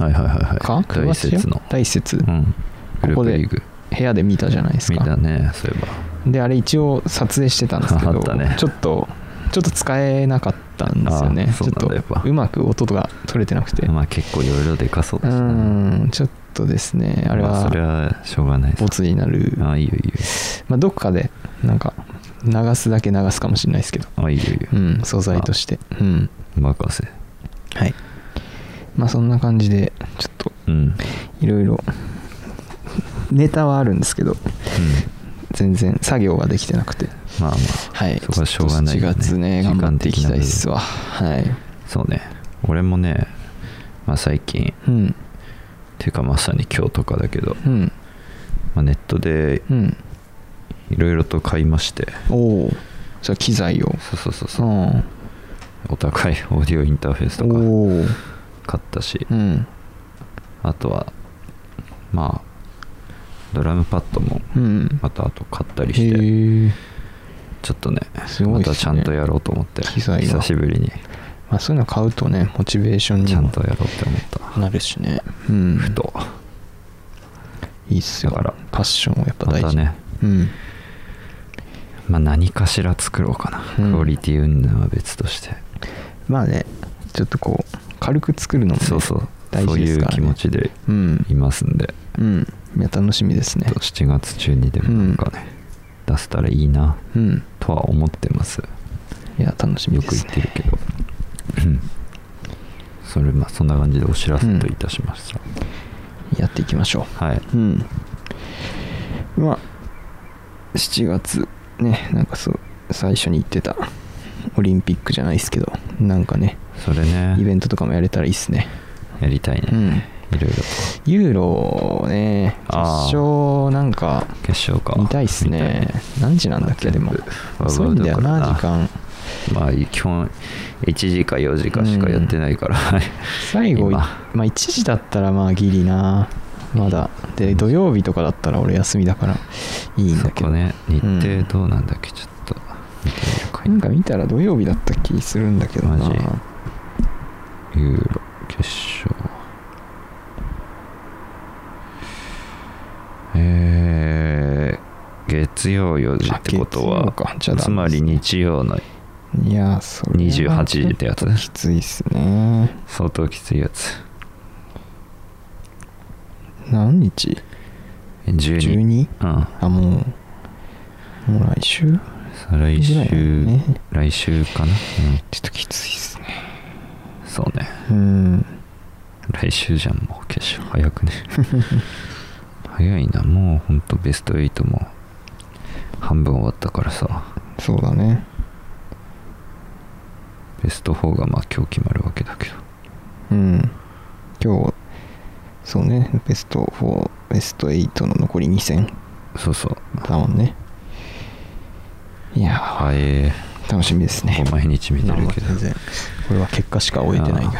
Speaker 3: いはいはいはい
Speaker 4: かクロア
Speaker 3: 大
Speaker 4: チア
Speaker 3: 節の
Speaker 4: 大節
Speaker 3: うんグル
Speaker 4: こ
Speaker 3: ー
Speaker 4: こ
Speaker 3: プ
Speaker 4: で
Speaker 3: リーグ
Speaker 4: 部屋で見たじゃないです
Speaker 3: 見た
Speaker 4: か
Speaker 3: ねそういえば
Speaker 4: であれ一応撮影してたんです
Speaker 3: (laughs)
Speaker 4: け
Speaker 3: あ
Speaker 4: ど
Speaker 3: ったね
Speaker 4: ちょっとちょっと使えなかったんですよね
Speaker 3: あー
Speaker 4: ち
Speaker 3: そ
Speaker 4: ょ
Speaker 3: う
Speaker 4: っ
Speaker 3: なんだ
Speaker 4: と
Speaker 3: やっぱ
Speaker 4: うまく音が取れてなくて
Speaker 3: まあ結構いろいろでかそう
Speaker 4: う
Speaker 3: だしな
Speaker 4: ーんちょっとですねあれ
Speaker 3: ま
Speaker 4: は
Speaker 3: それはしょうがないです
Speaker 4: ボツになる
Speaker 3: あいいよいいよ
Speaker 4: まあ、どっかでなんか流すだけ流すかもしれないですけど、
Speaker 3: あいいよいいよ、
Speaker 4: うん、素材としてうん
Speaker 3: 任せ
Speaker 4: はいまあそんな感じでちょっと
Speaker 3: うん、うん、
Speaker 4: いろいろネタはあるんですけど全然作業ができてなくて
Speaker 3: まあまあ
Speaker 4: はい
Speaker 3: そこはしょうがないよね
Speaker 4: ちょっと7月ね
Speaker 3: 時
Speaker 4: 頑
Speaker 3: 間
Speaker 4: 張っていきたいっすわ
Speaker 3: 的
Speaker 4: はい
Speaker 3: そうね俺もね、まあ、最近
Speaker 4: うん
Speaker 3: ていうかまさに今日とかだけど、
Speaker 4: うん
Speaker 3: まあ、ネットで
Speaker 4: うん
Speaker 3: いろいろと買いまして、
Speaker 4: おおじゃあ機材を
Speaker 3: そうそうそう
Speaker 4: う
Speaker 3: そうんお互いオーディオインターフェースとか
Speaker 4: おお
Speaker 3: 買ったし、
Speaker 4: うん
Speaker 3: あとはまあドラムパッドも
Speaker 4: うん
Speaker 3: またあと買ったり
Speaker 4: へ
Speaker 3: して
Speaker 4: え
Speaker 3: ちょっとね
Speaker 4: すごいっすね
Speaker 3: またちゃんとやろうと思って
Speaker 4: 機材が
Speaker 3: 久しぶりに
Speaker 4: まあそういうの買うとねモチベーションに
Speaker 3: ちゃん
Speaker 4: も
Speaker 3: とやろうって思った、
Speaker 4: なるしねうん
Speaker 3: ふと
Speaker 4: いいっすよ
Speaker 3: だから
Speaker 4: パッションはやっぱ
Speaker 3: ま
Speaker 4: 大
Speaker 3: た
Speaker 4: 事、
Speaker 3: ね
Speaker 4: うん
Speaker 3: まあ何かしら作ろうかな、
Speaker 4: うん
Speaker 3: クオリティ云々は別として
Speaker 4: まあねちょっとこう軽く作るのもね、
Speaker 3: そうそう
Speaker 4: 大
Speaker 3: そう
Speaker 4: 事で
Speaker 3: い
Speaker 4: す
Speaker 3: う
Speaker 4: からね
Speaker 3: 気持ちで
Speaker 4: うん
Speaker 3: いますんで、
Speaker 4: うんいや楽しみですね
Speaker 3: 7月中にでもなんかね、出せたらいいな
Speaker 4: うん
Speaker 3: とは思ってます
Speaker 4: いや楽しみ
Speaker 3: よ
Speaker 4: で
Speaker 3: く言っ
Speaker 4: す
Speaker 3: て
Speaker 4: ね
Speaker 3: るけどうんそれまあそんな感じでお知らせといたしました、
Speaker 4: やっていきましょ
Speaker 3: はい、
Speaker 4: ううんまあ7月ねなんかそう最初に言ってたオリンピックじゃないですけどなんかね
Speaker 3: それね
Speaker 4: イベントとかもやれたらいいっすね
Speaker 3: やりたいね、
Speaker 4: うん
Speaker 3: いろいろと
Speaker 4: ユーロね決
Speaker 3: あー
Speaker 4: 勝なんか
Speaker 3: 決勝か
Speaker 4: 見たいっすね何時なんだっけでも (laughs) 遅いんだよな時間
Speaker 3: まあ基本1時か4時かしかやってないから、はい
Speaker 4: 最後い
Speaker 3: 今
Speaker 4: まあ1時だったらまあギリなまだで土曜日とかだったら俺休みだからいい
Speaker 3: (laughs)
Speaker 4: ん
Speaker 3: そ
Speaker 4: だけ
Speaker 3: こ
Speaker 4: ど、
Speaker 3: ね日
Speaker 4: うん
Speaker 3: 程どうなんだっけ、ちょっと見てみるか
Speaker 4: なんか見たら土曜日だった気するんだけどな
Speaker 3: マジユーロ決勝えー、月曜4時ってこと
Speaker 4: あ月曜
Speaker 3: は
Speaker 4: かじゃあ
Speaker 3: つまり日曜の
Speaker 4: いやーそれは
Speaker 3: 28
Speaker 4: ちょ
Speaker 3: 時ってやつね
Speaker 4: きついっすね
Speaker 3: 相当きついやつ
Speaker 4: 何日
Speaker 3: 12
Speaker 4: 12?
Speaker 3: うん
Speaker 4: あもうもう来週
Speaker 3: 来
Speaker 4: ぐらいだよ
Speaker 3: 週、
Speaker 4: ね
Speaker 3: 来週かな、
Speaker 4: ちょっときついっすね
Speaker 3: うん、そうね
Speaker 4: うん
Speaker 3: 来週じゃんもう決勝早
Speaker 4: (laughs)
Speaker 3: くね早いなもうほんとベスト8も半分終わったからさ
Speaker 4: そうだね
Speaker 3: ベスト4がまあ今日決まるわけだけど
Speaker 4: うん今日そうねベスト4ベスト8の残り2戦
Speaker 3: そうそう
Speaker 4: だもんねいやー
Speaker 3: はいえ
Speaker 4: 楽しみですね
Speaker 3: ほぼ毎日見てるけど
Speaker 4: まあ全然これは結果しか終えてないが
Speaker 3: あ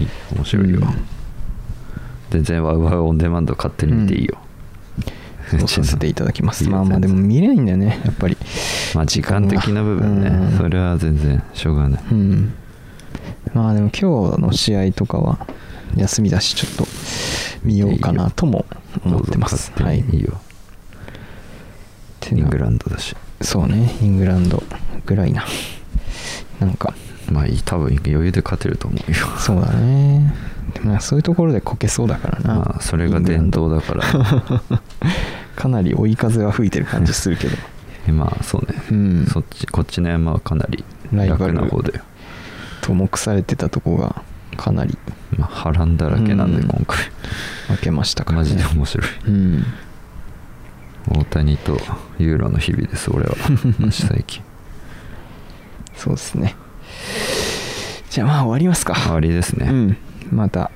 Speaker 3: ーいい面白いよ、
Speaker 4: うん
Speaker 3: 全然ワウワウオンデマンド勝手に見ていいよ、 (laughs)
Speaker 4: そうさせていただきます
Speaker 3: いいよ
Speaker 4: まあまあで
Speaker 3: 全
Speaker 4: も
Speaker 3: 然
Speaker 4: 見れないんだよねやっぱり
Speaker 3: まあ時間的な部分ね、
Speaker 4: うん
Speaker 3: それは全然しょうがない
Speaker 4: うんまあでも今日の試合とかは休みだしちょっと見ようかなとも思ってます
Speaker 3: どうぞ
Speaker 4: はい
Speaker 3: 勝手にいいよ、イングランドだし
Speaker 4: そうねイングランドぐらいななんか
Speaker 3: まあいい多分余裕で勝てると思うよ
Speaker 4: そうだねでもなんかそういうところでこけそうだからな、
Speaker 3: まあそれが伝統だから
Speaker 4: イングランドかなり追い風は吹いてる感じするけど
Speaker 3: えまあ (laughs) そうね、
Speaker 4: うん
Speaker 3: そっちこっちの山はかなり
Speaker 4: ライバ
Speaker 3: 楽
Speaker 4: ル
Speaker 3: な方で、
Speaker 4: と目されてたとこがかなり
Speaker 3: まあ、波乱だらけなんで
Speaker 4: うん
Speaker 3: 今回、
Speaker 4: 負けましたから、
Speaker 3: マ
Speaker 4: ね、
Speaker 3: ジで面白い
Speaker 4: うん
Speaker 3: 大谷とユーロの日々です
Speaker 4: (laughs)
Speaker 3: 俺はマジ最近
Speaker 4: そうですねじゃあまあ終わりますか
Speaker 3: 終わりですね
Speaker 4: うんまた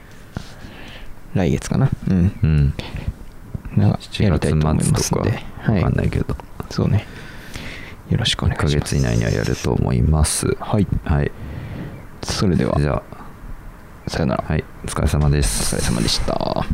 Speaker 4: 来月かなうん
Speaker 3: うん
Speaker 4: なんかやりたいと思い
Speaker 3: 7
Speaker 4: ま
Speaker 3: 月
Speaker 4: す
Speaker 3: 末
Speaker 4: ん
Speaker 3: とか
Speaker 4: では
Speaker 3: 分
Speaker 4: い
Speaker 3: かんないけど、
Speaker 4: そうねよろしくお願
Speaker 3: 1
Speaker 4: いし
Speaker 3: ヶ
Speaker 4: ます
Speaker 3: 月以内にはやると思います
Speaker 4: はい
Speaker 3: はい
Speaker 4: それでは
Speaker 3: じゃ
Speaker 4: さよなら、
Speaker 3: あはいお疲れ様で
Speaker 4: お
Speaker 3: す
Speaker 4: 疲れ様でした